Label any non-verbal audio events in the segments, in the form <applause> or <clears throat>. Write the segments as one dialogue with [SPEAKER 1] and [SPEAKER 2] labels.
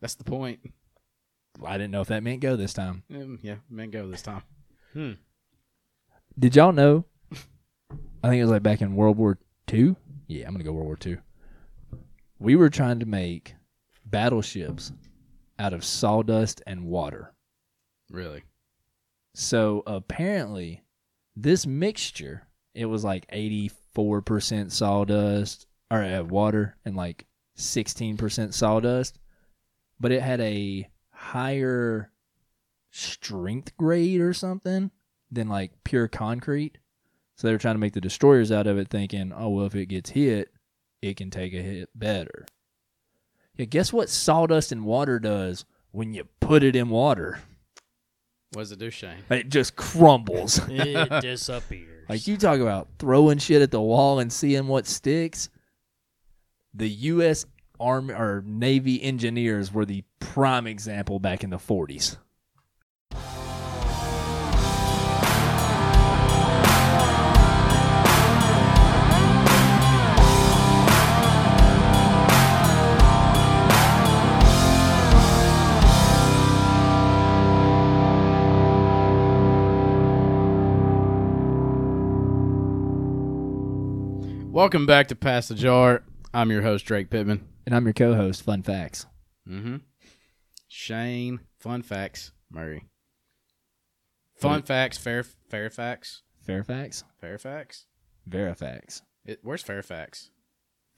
[SPEAKER 1] That's the point.
[SPEAKER 2] I didn't know if that meant go this time.
[SPEAKER 1] Um, yeah, man, go this time.
[SPEAKER 2] Did y'all know? I think it was like back in World War Two. Yeah, I'm gonna go World War Two. We were trying to make battleships out of sawdust and water.
[SPEAKER 1] Really?
[SPEAKER 2] So apparently, this mixture it was like 84 percent sawdust or uh, water and like 16 percent sawdust, but it had a higher strength grade or something than like pure concrete. So they were trying to make the destroyers out of it, thinking, oh well, if it gets hit, it can take a hit better. Yeah, guess what sawdust and water does when you put it in water?
[SPEAKER 1] What does it do,
[SPEAKER 2] <laughs>
[SPEAKER 1] Shane?
[SPEAKER 2] It just crumbles.
[SPEAKER 3] It disappears.
[SPEAKER 2] Like you talk about throwing shit at the wall and seeing what sticks. The U.S. Army or Navy engineers were the prime example back in the 40s.
[SPEAKER 1] <laughs> Welcome back to Pass the Jar. I'm your host, Drake Pittman.
[SPEAKER 2] And I'm your co-host. Fun facts.
[SPEAKER 1] Mm-hmm. Shane, fun facts, Murray. Fun facts, fair, Fairfax,
[SPEAKER 2] Fairfax,
[SPEAKER 1] Fairfax.
[SPEAKER 2] Verifax.
[SPEAKER 1] It, where's Fairfax?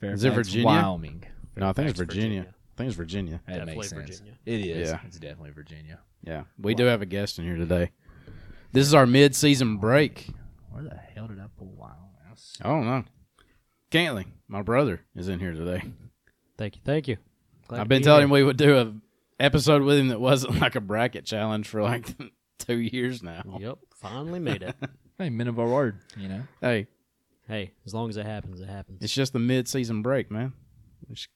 [SPEAKER 2] Fairfax,
[SPEAKER 1] Is it Virginia?
[SPEAKER 2] Wyoming.
[SPEAKER 1] No, I think it's
[SPEAKER 3] Fairfax,
[SPEAKER 1] Virginia.
[SPEAKER 3] Virginia.
[SPEAKER 1] I think it's Virginia.
[SPEAKER 2] That
[SPEAKER 3] Definitely
[SPEAKER 2] makes sense.
[SPEAKER 3] Virginia.
[SPEAKER 2] It is.
[SPEAKER 1] Yeah.
[SPEAKER 2] It's definitely Virginia.
[SPEAKER 1] Yeah, we do have a guest in here today. This is our mid-season break.
[SPEAKER 2] Where the hell did I pull Wyoming? That's-
[SPEAKER 1] I don't know. Cantley, my brother, is in here today.
[SPEAKER 3] Thank you. Thank you. Glad
[SPEAKER 1] I've
[SPEAKER 3] to
[SPEAKER 1] been
[SPEAKER 3] be
[SPEAKER 1] telling him
[SPEAKER 3] here.
[SPEAKER 1] we would do a episode with him that wasn't <laughs> like a bracket challenge for like <laughs> two years now.
[SPEAKER 3] Yep. Finally made
[SPEAKER 2] <laughs>
[SPEAKER 3] it.
[SPEAKER 2] Hey, men of our word.
[SPEAKER 1] <laughs>
[SPEAKER 2] You know.
[SPEAKER 1] Hey,
[SPEAKER 3] hey, as long as it happens, it happens.
[SPEAKER 1] it's just the mid-season break, man. It's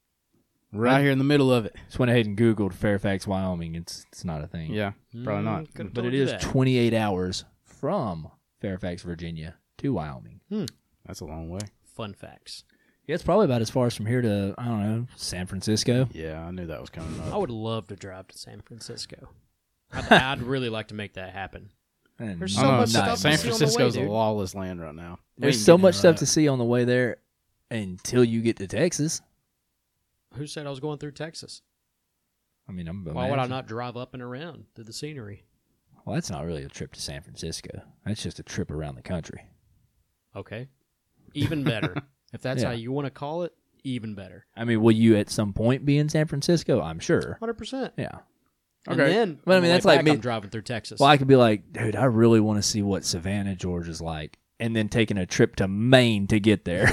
[SPEAKER 1] right here in the middle of it.
[SPEAKER 2] Just went ahead and Googled Fairfax, Wyoming. It's it's not a thing.
[SPEAKER 1] Yeah, probably
[SPEAKER 3] Mm,
[SPEAKER 1] not.
[SPEAKER 3] could've
[SPEAKER 2] but
[SPEAKER 3] told
[SPEAKER 2] it
[SPEAKER 3] you
[SPEAKER 2] is
[SPEAKER 3] that.
[SPEAKER 2] 28 hours from Fairfax, Virginia to Wyoming.
[SPEAKER 1] That's a long way.
[SPEAKER 3] Fun facts.
[SPEAKER 2] Yeah, it's probably about as far as from here to I don't know San Francisco.
[SPEAKER 1] Yeah, I knew that was coming
[SPEAKER 3] I
[SPEAKER 1] up.
[SPEAKER 3] would love to drive to San Francisco.
[SPEAKER 2] <laughs>
[SPEAKER 3] I'd, I'd really like to make that happen.
[SPEAKER 2] And
[SPEAKER 3] There's
[SPEAKER 1] I
[SPEAKER 3] so
[SPEAKER 1] don't know,
[SPEAKER 3] much
[SPEAKER 1] not-
[SPEAKER 3] stuff to
[SPEAKER 1] San
[SPEAKER 3] see on the way,
[SPEAKER 1] Francisco's
[SPEAKER 3] dude.
[SPEAKER 1] a lawless land right now. We
[SPEAKER 2] There's
[SPEAKER 1] ain't
[SPEAKER 2] so
[SPEAKER 1] getting
[SPEAKER 2] much
[SPEAKER 1] into
[SPEAKER 2] stuff
[SPEAKER 1] that.
[SPEAKER 2] to see on the way there until you get to Texas.
[SPEAKER 3] Who said I was going through Texas?
[SPEAKER 2] I mean, I'm
[SPEAKER 3] Why would I
[SPEAKER 2] imagine-
[SPEAKER 3] not drive up and around through the scenery?
[SPEAKER 2] Well, that's not really a trip to San Francisco. That's just a trip around the country.
[SPEAKER 3] Okay.
[SPEAKER 2] <laughs>
[SPEAKER 3] Even better. if that's
[SPEAKER 2] Yeah.
[SPEAKER 3] how you want to call it, even better.
[SPEAKER 2] I mean, will you at some point be in San Francisco? I'm sure.
[SPEAKER 3] 100%.
[SPEAKER 2] Yeah.
[SPEAKER 3] And
[SPEAKER 1] Okay.
[SPEAKER 3] then,
[SPEAKER 2] But, I
[SPEAKER 3] on
[SPEAKER 2] mean,
[SPEAKER 3] the way
[SPEAKER 2] that's like
[SPEAKER 3] back,
[SPEAKER 2] me-
[SPEAKER 3] I'm driving through Texas.
[SPEAKER 2] Well, I could be like, dude, I really want to see what Savannah, Georgia's like, and then taking a trip to Maine to get
[SPEAKER 3] <laughs>
[SPEAKER 2] there.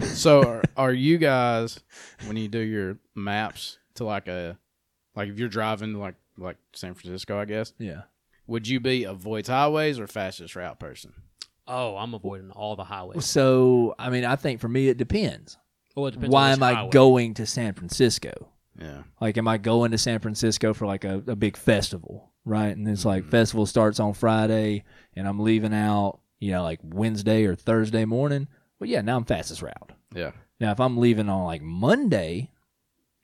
[SPEAKER 1] so are, are you guys when you do your maps to like a like if you're driving to like like San Francisco, I guess,
[SPEAKER 2] yeah.
[SPEAKER 1] would you be avoids highways or fastest route person?
[SPEAKER 3] oh, I'm avoiding all the highways.
[SPEAKER 2] So, I mean, I think for me, it depends.
[SPEAKER 3] Well, it depends
[SPEAKER 2] Why
[SPEAKER 3] on
[SPEAKER 2] am
[SPEAKER 3] which
[SPEAKER 2] I
[SPEAKER 3] highway.
[SPEAKER 2] going to San Francisco?
[SPEAKER 1] Yeah.
[SPEAKER 2] Like, am I going to San Francisco for like a, a big festival, right? And it's
[SPEAKER 3] Mm-hmm.
[SPEAKER 2] like festival starts on Friday, and I'm leaving out, you know, like Wednesday or Thursday morning. Well, yeah, now I'm fastest route.
[SPEAKER 1] Yeah.
[SPEAKER 2] Now, if I'm leaving on like Monday,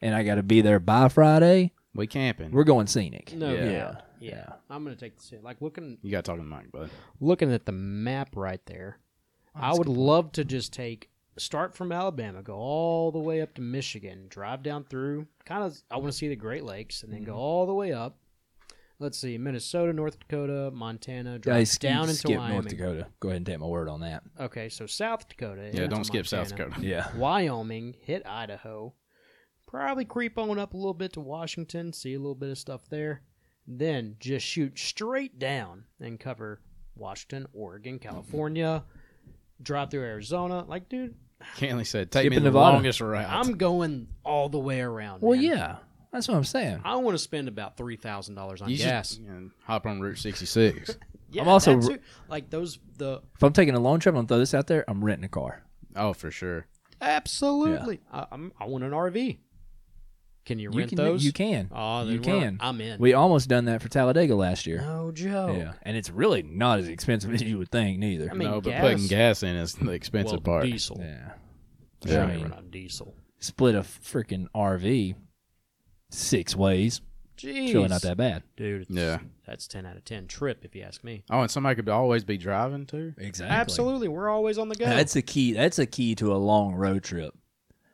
[SPEAKER 2] and I got to be there by Friday,
[SPEAKER 1] We camping.
[SPEAKER 2] we're going scenic.
[SPEAKER 3] No
[SPEAKER 1] Yeah.
[SPEAKER 3] doubt. Yeah.
[SPEAKER 2] Yeah.
[SPEAKER 3] I'm going to take this. Like looking
[SPEAKER 1] you got to talk to the mic, bud.
[SPEAKER 3] looking at the map right there,
[SPEAKER 1] Oh,
[SPEAKER 3] I would love to just take start from Alabama, go all the way up to Michigan, drive down through kind of I want to see the Great Lakes and then
[SPEAKER 1] Mm-hmm.
[SPEAKER 3] go all the way up. Let's see, Minnesota, North Dakota, Montana, drive
[SPEAKER 2] I s-
[SPEAKER 3] down into
[SPEAKER 2] skip
[SPEAKER 3] Wyoming.
[SPEAKER 2] North Dakota. Go ahead and take my word on that.
[SPEAKER 3] Okay, so South Dakota.
[SPEAKER 1] Yeah,
[SPEAKER 3] into
[SPEAKER 1] don't skip South
[SPEAKER 3] Montana,
[SPEAKER 1] Dakota. <laughs>
[SPEAKER 2] Yeah.
[SPEAKER 3] Wyoming, hit Idaho. Probably creep on up a little bit to Washington, see a little bit of stuff there. Then just shoot straight down and cover Washington, Oregon, California, drive through Arizona. Like, dude,
[SPEAKER 1] Cantley said, "Take me
[SPEAKER 2] Skipping
[SPEAKER 1] the
[SPEAKER 2] Nevada.
[SPEAKER 1] longest route."
[SPEAKER 3] I'm going all the way around.
[SPEAKER 2] Well,
[SPEAKER 3] man.
[SPEAKER 2] yeah. That's what I'm saying.
[SPEAKER 3] I want to spend about three thousand dollars on
[SPEAKER 1] you should- <laughs>
[SPEAKER 3] gas.
[SPEAKER 1] and hop on Route
[SPEAKER 3] <laughs>
[SPEAKER 1] 66.
[SPEAKER 3] Yeah,
[SPEAKER 2] I'm also-
[SPEAKER 3] that too. like those the
[SPEAKER 2] If I'm taking a long trip, I'm gonna throw this out there. I'm renting a car.
[SPEAKER 1] oh, for sure.
[SPEAKER 3] absolutely. I, I'm, I want an RV. Can you
[SPEAKER 2] You
[SPEAKER 3] rent
[SPEAKER 2] can.
[SPEAKER 3] those?
[SPEAKER 2] You can.
[SPEAKER 3] Oh,
[SPEAKER 2] you
[SPEAKER 3] then we're-
[SPEAKER 2] can.
[SPEAKER 3] I'm in.
[SPEAKER 2] We almost done that for Talladega last year.
[SPEAKER 3] no joke.
[SPEAKER 2] Yeah, and it's really not as expensive as you would think, neither.
[SPEAKER 3] Oh, I mean,
[SPEAKER 1] no, but
[SPEAKER 3] gas-
[SPEAKER 1] putting gas in is the expensive
[SPEAKER 3] well,
[SPEAKER 1] part.
[SPEAKER 3] diesel.
[SPEAKER 2] yeah,
[SPEAKER 3] Yeah,
[SPEAKER 2] Yeah.
[SPEAKER 3] I mean, on diesel.
[SPEAKER 2] split a freaking RV. six ways.
[SPEAKER 3] Jeez.
[SPEAKER 2] It's really not that bad.
[SPEAKER 3] Dude, it's-
[SPEAKER 1] Yeah.
[SPEAKER 3] that's 10 out of 10 trip, if you ask me.
[SPEAKER 1] Oh, and somebody could always be driving too.
[SPEAKER 2] Exactly.
[SPEAKER 3] Absolutely. We're always on the go.
[SPEAKER 2] That's a key. That's a key to a long road trip.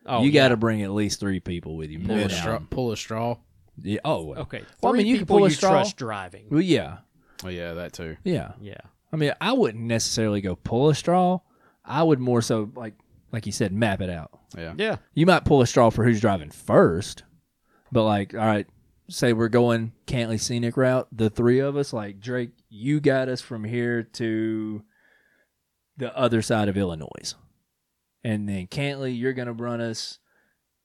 [SPEAKER 3] oh,
[SPEAKER 2] you
[SPEAKER 3] yeah.
[SPEAKER 2] got to bring at least three people with you.
[SPEAKER 1] Pull
[SPEAKER 2] no
[SPEAKER 1] a
[SPEAKER 2] doubt.
[SPEAKER 1] straw. Pull a straw.
[SPEAKER 2] Yeah, oh, well.
[SPEAKER 3] Okay.
[SPEAKER 2] Well, I
[SPEAKER 3] three
[SPEAKER 2] mean, you can
[SPEAKER 3] people
[SPEAKER 2] pull a
[SPEAKER 3] you
[SPEAKER 2] straw.
[SPEAKER 3] trust driving.
[SPEAKER 2] Well, yeah,
[SPEAKER 1] Oh yeah, that too.
[SPEAKER 2] yeah.
[SPEAKER 3] Yeah.
[SPEAKER 2] I mean, I wouldn't necessarily go pull a straw. I would more so like, like you said, map it out.
[SPEAKER 1] Yeah.
[SPEAKER 3] Yeah.
[SPEAKER 2] You might pull a straw for who's driving first, but like, all right, say we're going Cantley Scenic Route, the three of us, like Drake, you got us from here to the other side of Illinois, and then Cantley, you're gonna run us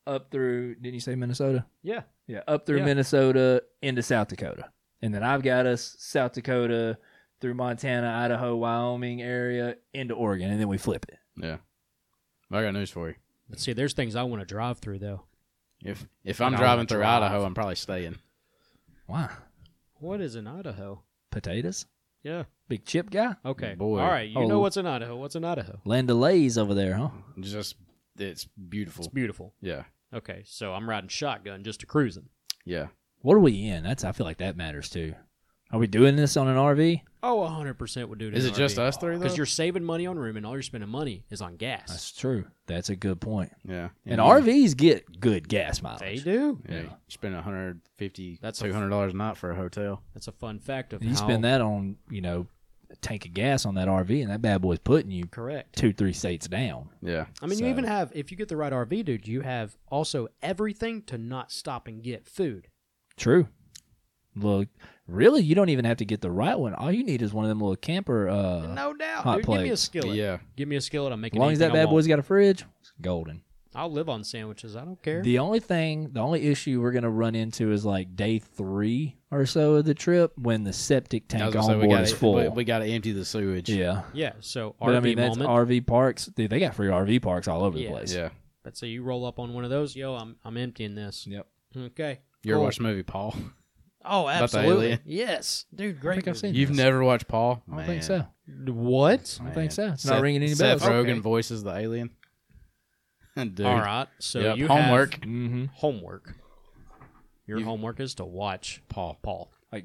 [SPEAKER 2] up through. Didn't you say Minnesota?
[SPEAKER 3] Yeah.
[SPEAKER 2] Yeah, up through
[SPEAKER 3] Yeah.
[SPEAKER 2] Minnesota into South Dakota. And then I've got us South Dakota through Montana, Idaho, Wyoming area into Oregon, and then we flip it.
[SPEAKER 1] Yeah. But I got news for you.
[SPEAKER 3] But see, there's things I want to drive through, though.
[SPEAKER 1] If if I'm
[SPEAKER 3] And I
[SPEAKER 1] driving
[SPEAKER 3] wanna
[SPEAKER 1] through
[SPEAKER 3] drive.
[SPEAKER 1] Idaho, I'm probably staying.
[SPEAKER 2] Wow.
[SPEAKER 3] What is in Idaho?
[SPEAKER 2] Potatoes?
[SPEAKER 3] Yeah.
[SPEAKER 2] Big chip guy?
[SPEAKER 3] Okay.
[SPEAKER 1] Boy.
[SPEAKER 3] All right. You
[SPEAKER 2] Oh.
[SPEAKER 3] know what's in Idaho. What's in Idaho?
[SPEAKER 2] Land O'Lays over there, huh?
[SPEAKER 1] Just it's beautiful.
[SPEAKER 3] It's beautiful.
[SPEAKER 1] yeah.
[SPEAKER 3] Okay. So I'm riding shotgun just to cruising.
[SPEAKER 1] Yeah.
[SPEAKER 2] What are we in? That's I feel like that matters too. Are we doing this on an RV?
[SPEAKER 3] Oh, 100% would do to
[SPEAKER 1] Is
[SPEAKER 3] an
[SPEAKER 1] it just
[SPEAKER 3] RV.
[SPEAKER 1] us three though?
[SPEAKER 3] Because you're saving money on room and all you're spending money is on gas.
[SPEAKER 2] That's true. That's a good point.
[SPEAKER 1] yeah.
[SPEAKER 2] And
[SPEAKER 1] you-
[SPEAKER 2] RVs get good gas
[SPEAKER 3] they
[SPEAKER 2] mileage.
[SPEAKER 3] do.
[SPEAKER 1] Yeah. You
[SPEAKER 2] Yeah.
[SPEAKER 1] spend 150
[SPEAKER 3] That's a-
[SPEAKER 1] 200 dollars a night for a hotel.
[SPEAKER 3] That's a fun fact of
[SPEAKER 2] You
[SPEAKER 3] how
[SPEAKER 2] spend that on, you know, a tank of gas on that RV, and that bad boy's putting you
[SPEAKER 3] correct.
[SPEAKER 2] two, three states down.
[SPEAKER 1] Yeah.
[SPEAKER 3] I mean, you
[SPEAKER 2] So-
[SPEAKER 3] even have if you get the right RV, dude, you have also everything to not stop and get food.
[SPEAKER 2] True. Look, really, you don't even have to get the right one. All you need is one of them little camper. Uh,
[SPEAKER 3] no doubt,
[SPEAKER 2] hot
[SPEAKER 3] dude. Give me a
[SPEAKER 2] plates.
[SPEAKER 3] skillet.
[SPEAKER 1] Yeah.
[SPEAKER 3] Give me a skillet.
[SPEAKER 2] as
[SPEAKER 3] I'm making.
[SPEAKER 2] long as that
[SPEAKER 3] anything I
[SPEAKER 2] bad
[SPEAKER 3] want.
[SPEAKER 2] boy's got a fridge, it's golden.
[SPEAKER 3] I'll live on sandwiches. I don't care.
[SPEAKER 2] The only thing, the only issue we're gonna run into is like day three or so of the trip when the septic
[SPEAKER 1] I was
[SPEAKER 2] tank
[SPEAKER 1] gonna
[SPEAKER 2] on
[SPEAKER 1] say,
[SPEAKER 2] board
[SPEAKER 1] we
[SPEAKER 2] is
[SPEAKER 1] gotta,
[SPEAKER 2] full.
[SPEAKER 1] we, we gotta empty the sewage.
[SPEAKER 2] yeah,
[SPEAKER 3] yeah. So
[SPEAKER 2] but
[SPEAKER 3] RV
[SPEAKER 2] I mean that's
[SPEAKER 3] moment.
[SPEAKER 2] RV parks. Dude, they got free RV parks all over
[SPEAKER 3] Yeah.
[SPEAKER 2] the place.
[SPEAKER 1] Yeah.
[SPEAKER 3] but so you roll up on one of those. Yo, I'm I'm emptying this.
[SPEAKER 2] Yep.
[SPEAKER 3] Okay.
[SPEAKER 1] You ever
[SPEAKER 3] Cool.
[SPEAKER 1] watch the movie Paul?
[SPEAKER 3] Oh,
[SPEAKER 1] About the
[SPEAKER 3] absolutely.
[SPEAKER 1] alien?
[SPEAKER 3] Yes, dude. Great.
[SPEAKER 2] think I've
[SPEAKER 3] movie.
[SPEAKER 2] seen
[SPEAKER 1] You've
[SPEAKER 2] Yes.
[SPEAKER 1] never watched Paul?
[SPEAKER 2] I don't
[SPEAKER 1] Man.
[SPEAKER 2] think so. I
[SPEAKER 3] What?
[SPEAKER 2] don't
[SPEAKER 1] Man.
[SPEAKER 2] think so. It's
[SPEAKER 1] Seth-
[SPEAKER 2] not ringing any
[SPEAKER 1] Seth
[SPEAKER 2] bells.
[SPEAKER 1] Rogen
[SPEAKER 3] Okay.
[SPEAKER 1] voices the alien. <laughs> Dude.
[SPEAKER 3] All right. So
[SPEAKER 1] Yep.
[SPEAKER 3] you
[SPEAKER 1] homework.
[SPEAKER 3] have
[SPEAKER 2] Mm-hmm.
[SPEAKER 3] homework. Your
[SPEAKER 1] You-
[SPEAKER 3] homework is to watch Paul. Paul.
[SPEAKER 1] Have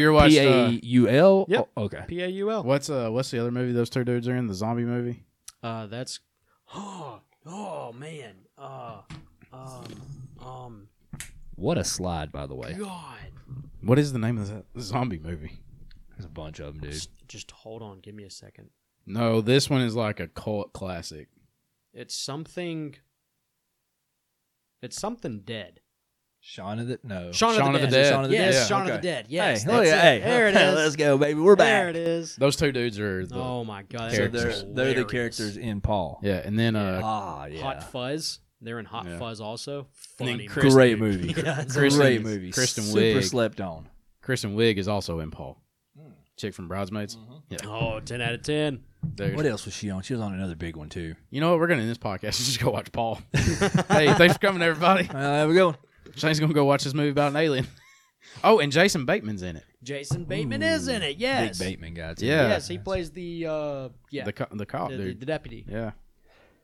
[SPEAKER 1] you ever watched
[SPEAKER 2] P
[SPEAKER 1] uh,
[SPEAKER 2] A U L.
[SPEAKER 3] Yep.
[SPEAKER 2] Oh, Okay.
[SPEAKER 3] P A U L.
[SPEAKER 1] what's uh what's the other movie those two dudes are in? The zombie movie?
[SPEAKER 3] Uh, that's. Oh, <gasps> oh man. Uh, um, um,
[SPEAKER 2] What a slide, by the way.
[SPEAKER 3] God.
[SPEAKER 1] What is the name of that zombie movie?
[SPEAKER 2] There's a bunch of them, dude.
[SPEAKER 3] Just, just hold on. Give me a second.
[SPEAKER 1] No, this one is like a cult classic.
[SPEAKER 3] It's something. It's something dead.
[SPEAKER 2] Shaun of the no.
[SPEAKER 3] Shaun,
[SPEAKER 1] Shaun
[SPEAKER 3] of the Dead.
[SPEAKER 1] Shaun of the
[SPEAKER 3] yes,
[SPEAKER 1] Dead.
[SPEAKER 3] Shaun
[SPEAKER 2] Okay.
[SPEAKER 3] of the Dead. Yes.
[SPEAKER 2] hey, look
[SPEAKER 3] that's
[SPEAKER 2] at-
[SPEAKER 3] it.
[SPEAKER 2] hey,
[SPEAKER 3] there it is.
[SPEAKER 2] <laughs> Let's go, baby. We're
[SPEAKER 3] There
[SPEAKER 2] back.
[SPEAKER 3] it is.
[SPEAKER 1] Those two dudes are the
[SPEAKER 3] Oh my God.
[SPEAKER 2] So
[SPEAKER 3] that's
[SPEAKER 2] they're
[SPEAKER 1] Characters.
[SPEAKER 2] they're the
[SPEAKER 3] hilarious.
[SPEAKER 2] characters in Paul.
[SPEAKER 1] Yeah, and then uh
[SPEAKER 2] Ah, yeah.
[SPEAKER 3] Hot Fuzz. They're in Hot
[SPEAKER 1] Yeah.
[SPEAKER 3] Fuzz also.
[SPEAKER 1] And then
[SPEAKER 3] Funny.
[SPEAKER 1] Chris-
[SPEAKER 2] Great <laughs> movie.
[SPEAKER 3] <laughs> Yeah, it's
[SPEAKER 1] Kristen-
[SPEAKER 2] Great movie.
[SPEAKER 1] Kristen
[SPEAKER 2] Super
[SPEAKER 1] Wiig.
[SPEAKER 2] slept on.
[SPEAKER 1] Kristen Wiig is also in Paul.
[SPEAKER 2] Hmm.
[SPEAKER 1] Chick from Bridesmaids.
[SPEAKER 3] Oh, 10 out of 10.
[SPEAKER 1] Dude.
[SPEAKER 2] Mm-hmm. What else was she on? She was on another big one too.
[SPEAKER 1] You know what? We're gonna end this podcast. <laughs> Just go watch Paul. hey, thanks for coming,
[SPEAKER 3] <laughs>
[SPEAKER 1] everybody.
[SPEAKER 2] Uh, there we go.
[SPEAKER 1] Shane's gonna go watch this movie about an alien. <laughs> Oh, and Jason Bateman's in it.
[SPEAKER 3] Jason Bateman is in it. Yes.
[SPEAKER 2] Big Bateman guy. Too.
[SPEAKER 1] Yeah.
[SPEAKER 3] Yes, he plays the uh yeah
[SPEAKER 1] The co- the cop
[SPEAKER 3] the, the,
[SPEAKER 1] dude.
[SPEAKER 3] the deputy.
[SPEAKER 1] yeah.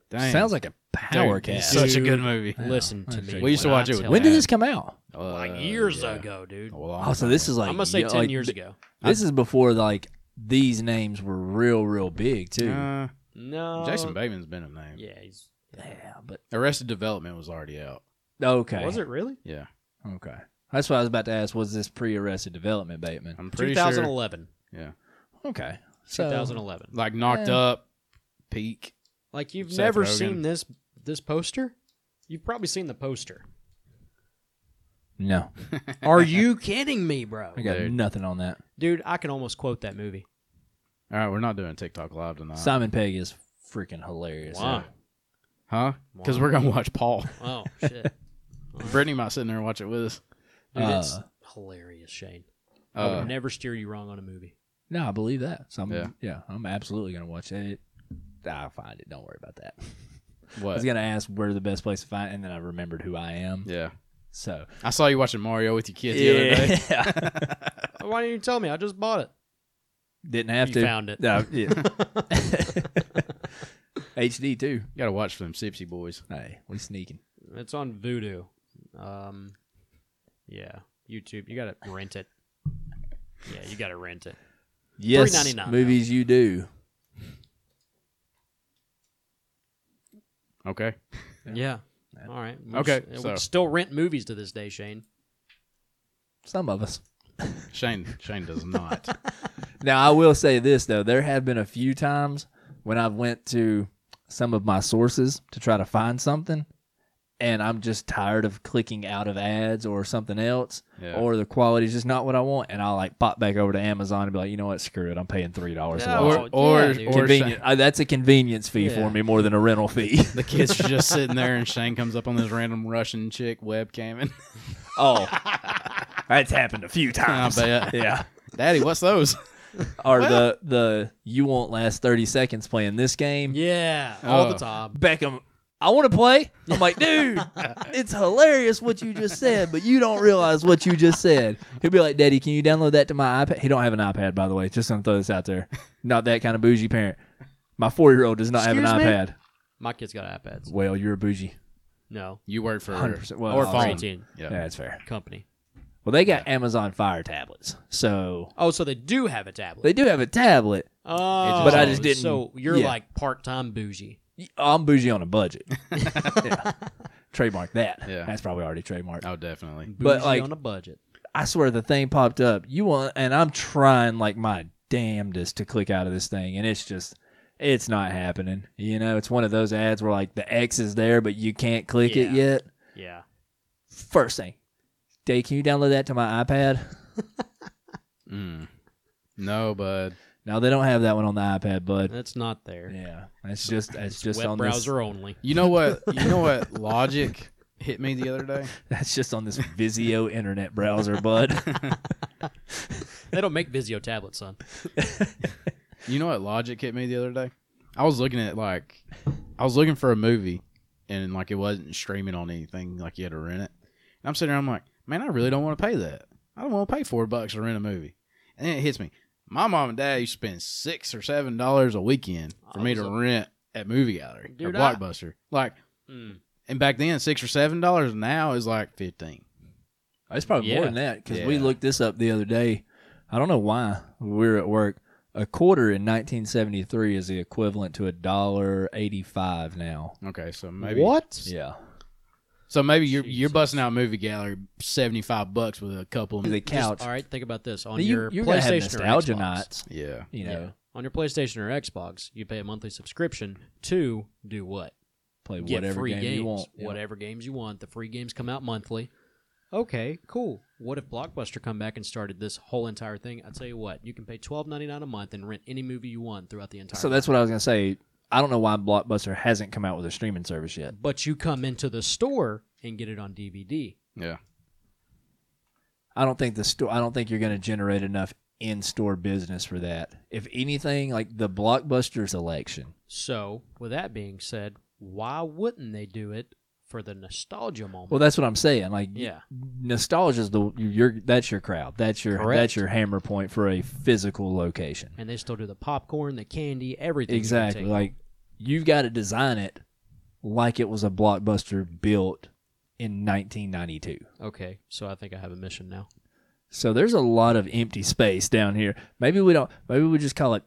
[SPEAKER 1] Dang.
[SPEAKER 2] Sounds like a power
[SPEAKER 1] Dude,
[SPEAKER 2] cast.
[SPEAKER 1] Such a good movie.
[SPEAKER 3] Listen to
[SPEAKER 2] That's
[SPEAKER 3] me.
[SPEAKER 2] true.
[SPEAKER 1] We used to
[SPEAKER 3] when I
[SPEAKER 1] watch it with
[SPEAKER 3] tell
[SPEAKER 2] when
[SPEAKER 3] you-
[SPEAKER 2] did this come out?
[SPEAKER 1] Uh,
[SPEAKER 3] like years
[SPEAKER 1] yeah.
[SPEAKER 3] ago, dude?
[SPEAKER 1] A long
[SPEAKER 2] Oh, so this is like
[SPEAKER 3] I'm gonna say
[SPEAKER 2] yeah,
[SPEAKER 3] ten
[SPEAKER 2] like,
[SPEAKER 3] years
[SPEAKER 2] th-
[SPEAKER 3] ago.
[SPEAKER 2] This is before like these names were real, real big too.
[SPEAKER 1] Uh,
[SPEAKER 3] No,
[SPEAKER 1] Jason Bateman's been a name.
[SPEAKER 3] Yeah, he's,
[SPEAKER 2] yeah, but
[SPEAKER 1] Arrested Development was already out.
[SPEAKER 2] okay.
[SPEAKER 3] was it really?
[SPEAKER 1] Yeah,
[SPEAKER 2] Okay. That's what I was about to ask. Was this pre-arrested development, Bateman?
[SPEAKER 1] I'm pretty sure.
[SPEAKER 3] 2011.
[SPEAKER 1] Yeah,
[SPEAKER 2] Okay. So
[SPEAKER 3] 2011.
[SPEAKER 1] like knocked
[SPEAKER 2] Yeah.
[SPEAKER 1] up, peak.
[SPEAKER 3] Like you've
[SPEAKER 1] Seth
[SPEAKER 3] never
[SPEAKER 1] Rogen.
[SPEAKER 3] seen this this poster. You've probably seen the poster.
[SPEAKER 2] no,
[SPEAKER 3] Are you kidding me, bro?
[SPEAKER 2] I got
[SPEAKER 1] Dude.
[SPEAKER 2] nothing on that.
[SPEAKER 3] Dude, I can almost quote that movie.
[SPEAKER 1] All right, we're not doing TikTok live tonight,
[SPEAKER 2] Simon Pegg is freaking hilarious.
[SPEAKER 3] Wow.
[SPEAKER 1] huh? Because we're gonna watch
[SPEAKER 3] <laughs>
[SPEAKER 1] Paul.
[SPEAKER 3] Oh shit,
[SPEAKER 1] Brittany might sit in there and watch it with us.
[SPEAKER 3] dude, it's
[SPEAKER 2] Uh,
[SPEAKER 3] hilarious, Shane. I
[SPEAKER 1] Uh,
[SPEAKER 3] would never steer you wrong on a movie.
[SPEAKER 2] No, I believe that. So I'm,
[SPEAKER 1] Yeah.
[SPEAKER 2] yeah. I'm absolutely gonna watch it. I'll find it. Don't worry about that. <laughs> I
[SPEAKER 1] what?
[SPEAKER 2] was gonna ask where the best place to find, it, and then I remembered who I am.
[SPEAKER 1] yeah,
[SPEAKER 2] So
[SPEAKER 1] I saw you watching Mario with your kids the other day.
[SPEAKER 2] <laughs> yeah,
[SPEAKER 3] Why didn't you tell me? I just bought it.
[SPEAKER 2] didn't have
[SPEAKER 3] You
[SPEAKER 2] to.
[SPEAKER 3] found it.
[SPEAKER 2] No, yeah. HD too.
[SPEAKER 1] You gotta watch for them Sipsy boys.
[SPEAKER 3] <laughs>
[SPEAKER 2] Hey, we sneaking.
[SPEAKER 3] It's on Voodoo. Um, Yeah, YouTube. You gotta rent it. Yeah, you gotta rent it.
[SPEAKER 4] Yes,
[SPEAKER 3] $3.99
[SPEAKER 4] movies you do.
[SPEAKER 1] Okay.
[SPEAKER 3] Yeah. All right. We
[SPEAKER 1] Okay,
[SPEAKER 3] s-
[SPEAKER 1] so-
[SPEAKER 3] We still rent movies to this day, Shane.
[SPEAKER 2] Some of us.
[SPEAKER 1] Shane Shane does not.
[SPEAKER 2] Now I will say this though, there have been a few times when I've went to some of my sources to try to find something and I'm just tired of clicking out of ads or something else
[SPEAKER 1] Yeah.
[SPEAKER 2] or the quality is just not what I want and I'll like pop back over to Amazon and be like, "You know what? Screw it. I'm paying $3
[SPEAKER 3] Yeah,
[SPEAKER 2] a
[SPEAKER 1] Or
[SPEAKER 2] lot."
[SPEAKER 3] <laughs> Oh,
[SPEAKER 1] or,
[SPEAKER 3] yeah, dude.
[SPEAKER 1] or Shane-
[SPEAKER 2] Convenient. Uh, that's a convenience fee
[SPEAKER 3] Yeah.
[SPEAKER 2] for me more than a
[SPEAKER 1] <laughs>
[SPEAKER 2] rental fee.
[SPEAKER 1] the kids are just sitting there and Shane comes up on this random Russian chick webcamming. <laughs>
[SPEAKER 2] oh. <laughs> That's happened a few times.
[SPEAKER 1] bet.
[SPEAKER 2] Yeah.
[SPEAKER 1] Daddy, what's those?
[SPEAKER 2] Or the the you won't last 30 seconds playing this game.
[SPEAKER 3] Yeah, all the
[SPEAKER 1] Oh.
[SPEAKER 3] time.
[SPEAKER 2] Beckham, I want to play. I'm like,
[SPEAKER 1] <laughs>
[SPEAKER 2] dude, it's hilarious what you just said, but you don't realize what you just said. He'll be like, Daddy, can you download that to my iPad? He don't have an iPad, by the way. Just gonna throw this out there. Not that kind of bougie parent. My four year old does not have an
[SPEAKER 1] Excuse me?
[SPEAKER 2] iPad.
[SPEAKER 3] My kids got iPads.
[SPEAKER 2] Well, you're a bougie.
[SPEAKER 3] No,
[SPEAKER 1] You work for
[SPEAKER 2] 100%. Well,
[SPEAKER 1] or
[SPEAKER 2] oh,
[SPEAKER 1] phone.
[SPEAKER 3] eighteen
[SPEAKER 1] Yeah.
[SPEAKER 2] Yeah, that's fair.
[SPEAKER 3] company.
[SPEAKER 2] Well, they got Amazon Fire tablets, so
[SPEAKER 3] Oh, so they do have a tablet.
[SPEAKER 2] they do have a tablet.
[SPEAKER 3] oh,
[SPEAKER 1] But I just
[SPEAKER 2] didn't-
[SPEAKER 3] So you're
[SPEAKER 2] yeah.
[SPEAKER 3] like part time bougie.
[SPEAKER 2] I'm bougie on
[SPEAKER 1] <laughs>
[SPEAKER 2] a budget. Yeah. Trademark that.
[SPEAKER 1] Yeah.
[SPEAKER 2] That's probably already trademarked.
[SPEAKER 1] Oh, definitely.
[SPEAKER 3] Bougie
[SPEAKER 2] But, like-
[SPEAKER 3] on a budget.
[SPEAKER 2] I swear the thing popped up. You want, and I'm trying like my damnedest to click out of this thing, and it's just, it's not happening. You know, it's one of those ads where like the X is there, but you can't click it
[SPEAKER 3] Yeah.
[SPEAKER 2] yet.
[SPEAKER 3] Yeah.
[SPEAKER 2] First thing, Day, can you download that to my iPad?
[SPEAKER 1] Mm. No, bud.
[SPEAKER 2] No, they don't have that one on the iPad, bud.
[SPEAKER 3] That's not there.
[SPEAKER 2] Yeah, that's just that's just
[SPEAKER 3] Web
[SPEAKER 2] on
[SPEAKER 3] browser only.
[SPEAKER 1] You know what? You know what? Logic hit me the other day.
[SPEAKER 2] this. <laughs> That's just on this Vizio internet browser, bud.
[SPEAKER 3] They don't make Vizio tablets, son.
[SPEAKER 1] You know what logic hit me the other day? I was looking at like I was looking for a movie and like it wasn't streaming on anything, like you had to rent it. And I'm sitting there, I'm like, man, I really don't want to pay that. I don't want to pay four bucks to rent a movie. And then it hits me. My mom and dad used to spend six or seven dollars a weekend for
[SPEAKER 3] I
[SPEAKER 1] me
[SPEAKER 3] was
[SPEAKER 1] to
[SPEAKER 3] a-
[SPEAKER 1] rent at movie gallery
[SPEAKER 3] Dude,
[SPEAKER 1] or
[SPEAKER 3] I-
[SPEAKER 1] blockbuster. like
[SPEAKER 3] Mm.
[SPEAKER 1] and back then six or seven dollars now is like fifteen.
[SPEAKER 2] It's probably more
[SPEAKER 3] Yeah.
[SPEAKER 2] than that because we
[SPEAKER 1] Yeah.
[SPEAKER 2] looked this up the other day. I don't know why we were at work. A quarter in 1973 is the equivalent to a dollar eighty-five now.
[SPEAKER 1] Okay, so maybe
[SPEAKER 3] What?
[SPEAKER 2] Yeah,
[SPEAKER 1] So maybe you're you're
[SPEAKER 3] Jesus.
[SPEAKER 1] busting out movie gallery seventy five bucks with a couple of
[SPEAKER 2] the
[SPEAKER 3] Just-
[SPEAKER 2] couch.
[SPEAKER 3] all right, think about this on
[SPEAKER 2] you,
[SPEAKER 3] your
[SPEAKER 2] you're gonna have
[SPEAKER 3] PlayStation or
[SPEAKER 2] nostalgia
[SPEAKER 3] Xbox.
[SPEAKER 2] nights.
[SPEAKER 1] Yeah.
[SPEAKER 2] You know,
[SPEAKER 3] Yeah. On your PlayStation or Xbox, you pay a monthly subscription to do what?
[SPEAKER 2] play
[SPEAKER 3] Get
[SPEAKER 2] whatever
[SPEAKER 3] free
[SPEAKER 2] game
[SPEAKER 3] games,
[SPEAKER 2] you want. Yeah.
[SPEAKER 3] whatever games you want. The free games come out monthly. Okay, cool. What if Blockbuster come back and started this whole entire thing? I tell you what, you can pay twelve ninety nine a month and rent any movie you want throughout the entire.
[SPEAKER 2] So that's what I was gonna say. I don't know why Blockbuster hasn't come out with a streaming service yet.
[SPEAKER 3] But you come into the store and get it on DVD.
[SPEAKER 1] Yeah.
[SPEAKER 2] I don't think the store. I don't think you're gonna generate enough in-store business for that. If anything, like the Blockbuster's election.
[SPEAKER 3] So, with that being said, why wouldn't they do it for the nostalgia moment?
[SPEAKER 2] Well, that's what I'm saying. Like,
[SPEAKER 3] yeah,
[SPEAKER 2] nostalgia is the your that's your crowd that's your
[SPEAKER 3] Correct.
[SPEAKER 2] that's your hammer point for a physical location
[SPEAKER 3] and they still do the popcorn, the candy, everything. you can
[SPEAKER 2] exactly
[SPEAKER 3] take.
[SPEAKER 2] like you've got to design it like it was a blockbuster built in 1992
[SPEAKER 3] okay, so I think I have a mission now.
[SPEAKER 2] so there's a lot of empty space down here maybe we don't maybe we just call it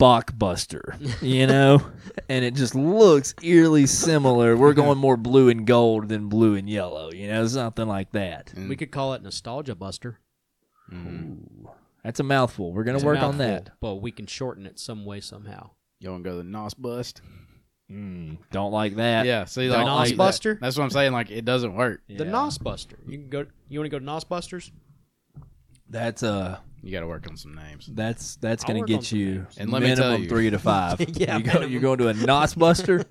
[SPEAKER 2] blockbuster
[SPEAKER 3] <laughs>
[SPEAKER 2] you know and it just looks eerily similar we're going more blue and gold than blue and yellow you know something like that
[SPEAKER 1] Mm.
[SPEAKER 3] We could call it Nostalgia Buster.
[SPEAKER 1] Mm.
[SPEAKER 2] Ooh, that's a mouthful we're gonna
[SPEAKER 3] It's a
[SPEAKER 2] work on
[SPEAKER 3] mouthful,
[SPEAKER 2] that
[SPEAKER 3] but we can shorten it some way somehow.
[SPEAKER 1] You want to go to the Nos Bust?
[SPEAKER 2] Mm, don't like that.
[SPEAKER 1] yeah, see,
[SPEAKER 3] the
[SPEAKER 1] like
[SPEAKER 3] Nos
[SPEAKER 1] like-
[SPEAKER 3] Buster?
[SPEAKER 1] That's what I'm saying. Like, it doesn't work.
[SPEAKER 3] The
[SPEAKER 2] Yeah.
[SPEAKER 3] Nos Buster. You can go. You want to go to Nos Busters?
[SPEAKER 2] That's uh
[SPEAKER 1] You got to work on some
[SPEAKER 2] <laughs>
[SPEAKER 1] names.
[SPEAKER 2] that's that's
[SPEAKER 3] I'll
[SPEAKER 2] gonna
[SPEAKER 3] work on
[SPEAKER 2] get
[SPEAKER 3] some
[SPEAKER 2] you
[SPEAKER 3] names.
[SPEAKER 1] And let me
[SPEAKER 2] minimum
[SPEAKER 1] tell you.
[SPEAKER 2] three
[SPEAKER 1] <laughs>
[SPEAKER 2] to five.
[SPEAKER 3] Yeah,
[SPEAKER 2] you go, you're going to a Nos Buster.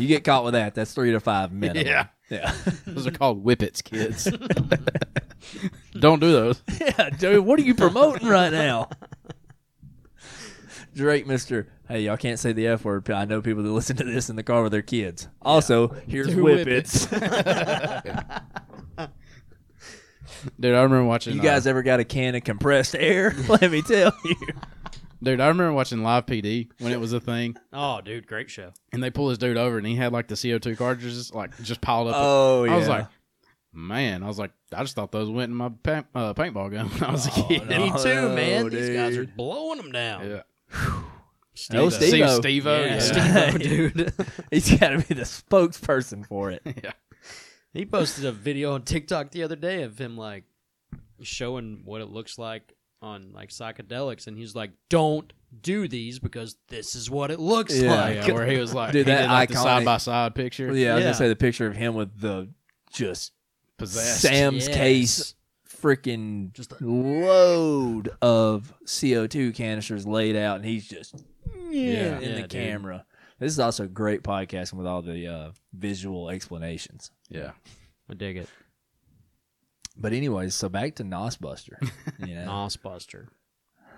[SPEAKER 2] you get caught with that. That's three to five minimum.
[SPEAKER 1] Yeah. <laughs>
[SPEAKER 2] yeah, <laughs>
[SPEAKER 1] Those are called whippets, kids. <laughs> Don't do those.
[SPEAKER 2] yeah, dude. What are you promoting right
[SPEAKER 1] <laughs>
[SPEAKER 2] now? Drake, Mister. Hey, y'all can't say the F word. I know people that listen to this in the car with their kids. Also, here's
[SPEAKER 3] Two
[SPEAKER 2] whippets.
[SPEAKER 1] Dude, I remember watching.
[SPEAKER 2] <laughs> you
[SPEAKER 1] uh,
[SPEAKER 2] guys ever got a can of compressed air? <laughs> Let me tell you.
[SPEAKER 1] dude, I remember watching Live PD when it was a thing,
[SPEAKER 3] Oh, dude, great show.
[SPEAKER 1] and they pulled this dude over, and he had like the CO2 cartridges like just piled up.
[SPEAKER 2] Oh
[SPEAKER 1] I was like, Man, I was like, I just thought those went in my paint, uh, paintball gun when I was a
[SPEAKER 2] Oh,
[SPEAKER 1] kid.
[SPEAKER 2] no.
[SPEAKER 3] Me too, man. These guys are
[SPEAKER 4] dude.
[SPEAKER 3] blowing them down.
[SPEAKER 1] Yeah.
[SPEAKER 3] Steve,
[SPEAKER 2] No,
[SPEAKER 1] Steve-
[SPEAKER 2] Steve-O.
[SPEAKER 1] Steve-O,
[SPEAKER 2] <laughs>
[SPEAKER 3] <laughs>
[SPEAKER 2] Yeah.
[SPEAKER 1] yeah.
[SPEAKER 3] Steve-O, dude.
[SPEAKER 2] <laughs> He's got to be the spokesperson for <laughs> it.
[SPEAKER 1] yeah.
[SPEAKER 3] He posted a video on TikTok the other day of him like showing what it looks like on like psychedelics, and he's like, "Don't do these because this is what it looks
[SPEAKER 2] Yeah,
[SPEAKER 3] like."
[SPEAKER 1] yeah, where he was like,
[SPEAKER 2] Dude,
[SPEAKER 1] he
[SPEAKER 2] that
[SPEAKER 1] did, like, the
[SPEAKER 2] iconic-
[SPEAKER 1] side by side picture,
[SPEAKER 2] Yeah, I was
[SPEAKER 3] Yeah.
[SPEAKER 2] gonna say the picture of him with the just
[SPEAKER 1] possessed.
[SPEAKER 2] Sam's
[SPEAKER 3] Yes.
[SPEAKER 2] case freaking
[SPEAKER 3] Just a-
[SPEAKER 2] load of CO2 canisters laid out, and he's just
[SPEAKER 1] Yeah.
[SPEAKER 2] in
[SPEAKER 3] Yeah,
[SPEAKER 2] the
[SPEAKER 3] dude.
[SPEAKER 2] camera. This is also great podcasting with all the uh, visual explanations.
[SPEAKER 1] yeah,
[SPEAKER 3] I dig it.
[SPEAKER 2] But anyways, so back to Nosbuster. <laughs> You know?
[SPEAKER 3] Nosbuster.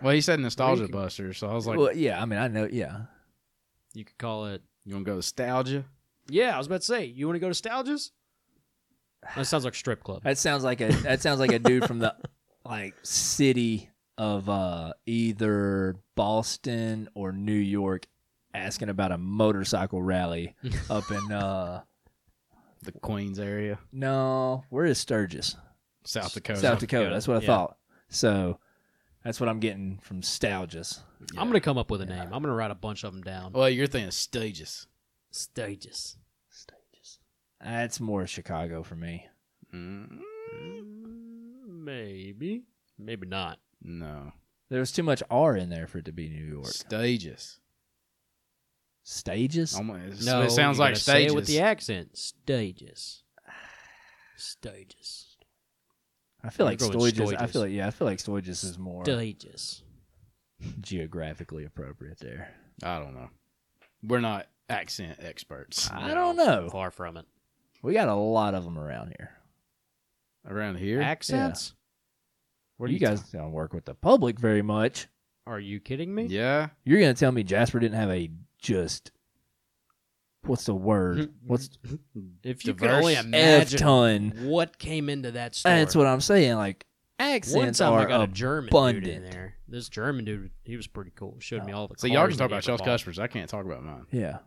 [SPEAKER 1] well, he said nostalgia
[SPEAKER 2] Freaking-
[SPEAKER 1] buster, so I was like,
[SPEAKER 2] well, yeah, I mean, I know, yeah.
[SPEAKER 3] You could call it.
[SPEAKER 1] you want to go nostalgia?
[SPEAKER 3] Yeah, I was about to say. You want to go to Stalgia's? That sounds like strip club.
[SPEAKER 2] That sounds like a that sounds like a dude from the like city of uh either Boston or New York asking about a motorcycle rally up in uh
[SPEAKER 1] The Queens area,
[SPEAKER 2] no, where is Sturgis?
[SPEAKER 1] South Dakota.
[SPEAKER 2] South Dakota. That's what I
[SPEAKER 3] Yeah.
[SPEAKER 2] thought. So that's what I'm getting from Stalges.
[SPEAKER 3] I'm gonna come up with a
[SPEAKER 2] Yeah.
[SPEAKER 3] name. I'm gonna write a bunch of them down.
[SPEAKER 1] Well, you're thinking stages.
[SPEAKER 3] Stages.
[SPEAKER 2] Sturgis. That's more Chicago for me.
[SPEAKER 1] Mm,
[SPEAKER 3] Mm-hmm.
[SPEAKER 2] mm,
[SPEAKER 3] Maybe. Maybe not.
[SPEAKER 1] no,
[SPEAKER 2] There was too much R in there for it to be New York.
[SPEAKER 1] stages.
[SPEAKER 2] Stages?
[SPEAKER 1] Almost,
[SPEAKER 3] No,
[SPEAKER 1] it sounds
[SPEAKER 3] you
[SPEAKER 1] like
[SPEAKER 3] gotta say
[SPEAKER 1] stages.
[SPEAKER 3] it with the accent. Stages. Stages.
[SPEAKER 2] I feel
[SPEAKER 3] I'm
[SPEAKER 2] like
[SPEAKER 3] going
[SPEAKER 2] Stoyages. I
[SPEAKER 3] Stoyages.
[SPEAKER 2] feel like yeah, I feel like Stoyages is more
[SPEAKER 3] Stages.
[SPEAKER 2] geographically appropriate there.
[SPEAKER 1] I don't know. We're not accent experts
[SPEAKER 3] Ah.
[SPEAKER 2] I don't know.
[SPEAKER 3] Far from it.
[SPEAKER 2] We got a lot of them around here.
[SPEAKER 1] around here.
[SPEAKER 3] Accents?
[SPEAKER 2] Where you guys don't work with the public very much.
[SPEAKER 3] Are you kidding me?
[SPEAKER 1] yeah,
[SPEAKER 2] You're gonna tell me Jasper didn't have a just what's the word? What's
[SPEAKER 3] Mm-hmm. If you could only
[SPEAKER 1] Diverse.
[SPEAKER 2] F
[SPEAKER 3] imagine
[SPEAKER 2] ton?
[SPEAKER 3] what came into that story.
[SPEAKER 2] That's what I'm saying. Like
[SPEAKER 3] One
[SPEAKER 2] accents
[SPEAKER 3] time I
[SPEAKER 2] are
[SPEAKER 3] got a
[SPEAKER 2] a
[SPEAKER 3] German dude in
[SPEAKER 2] abundant. Oh.
[SPEAKER 3] there. This German dude, he was pretty cool. Showed me all the.
[SPEAKER 1] so y'all
[SPEAKER 3] cars
[SPEAKER 1] can talk
[SPEAKER 3] that he
[SPEAKER 1] about
[SPEAKER 3] ever
[SPEAKER 1] y'all's
[SPEAKER 3] bought.
[SPEAKER 1] customers. I can't talk about mine.
[SPEAKER 2] Yeah.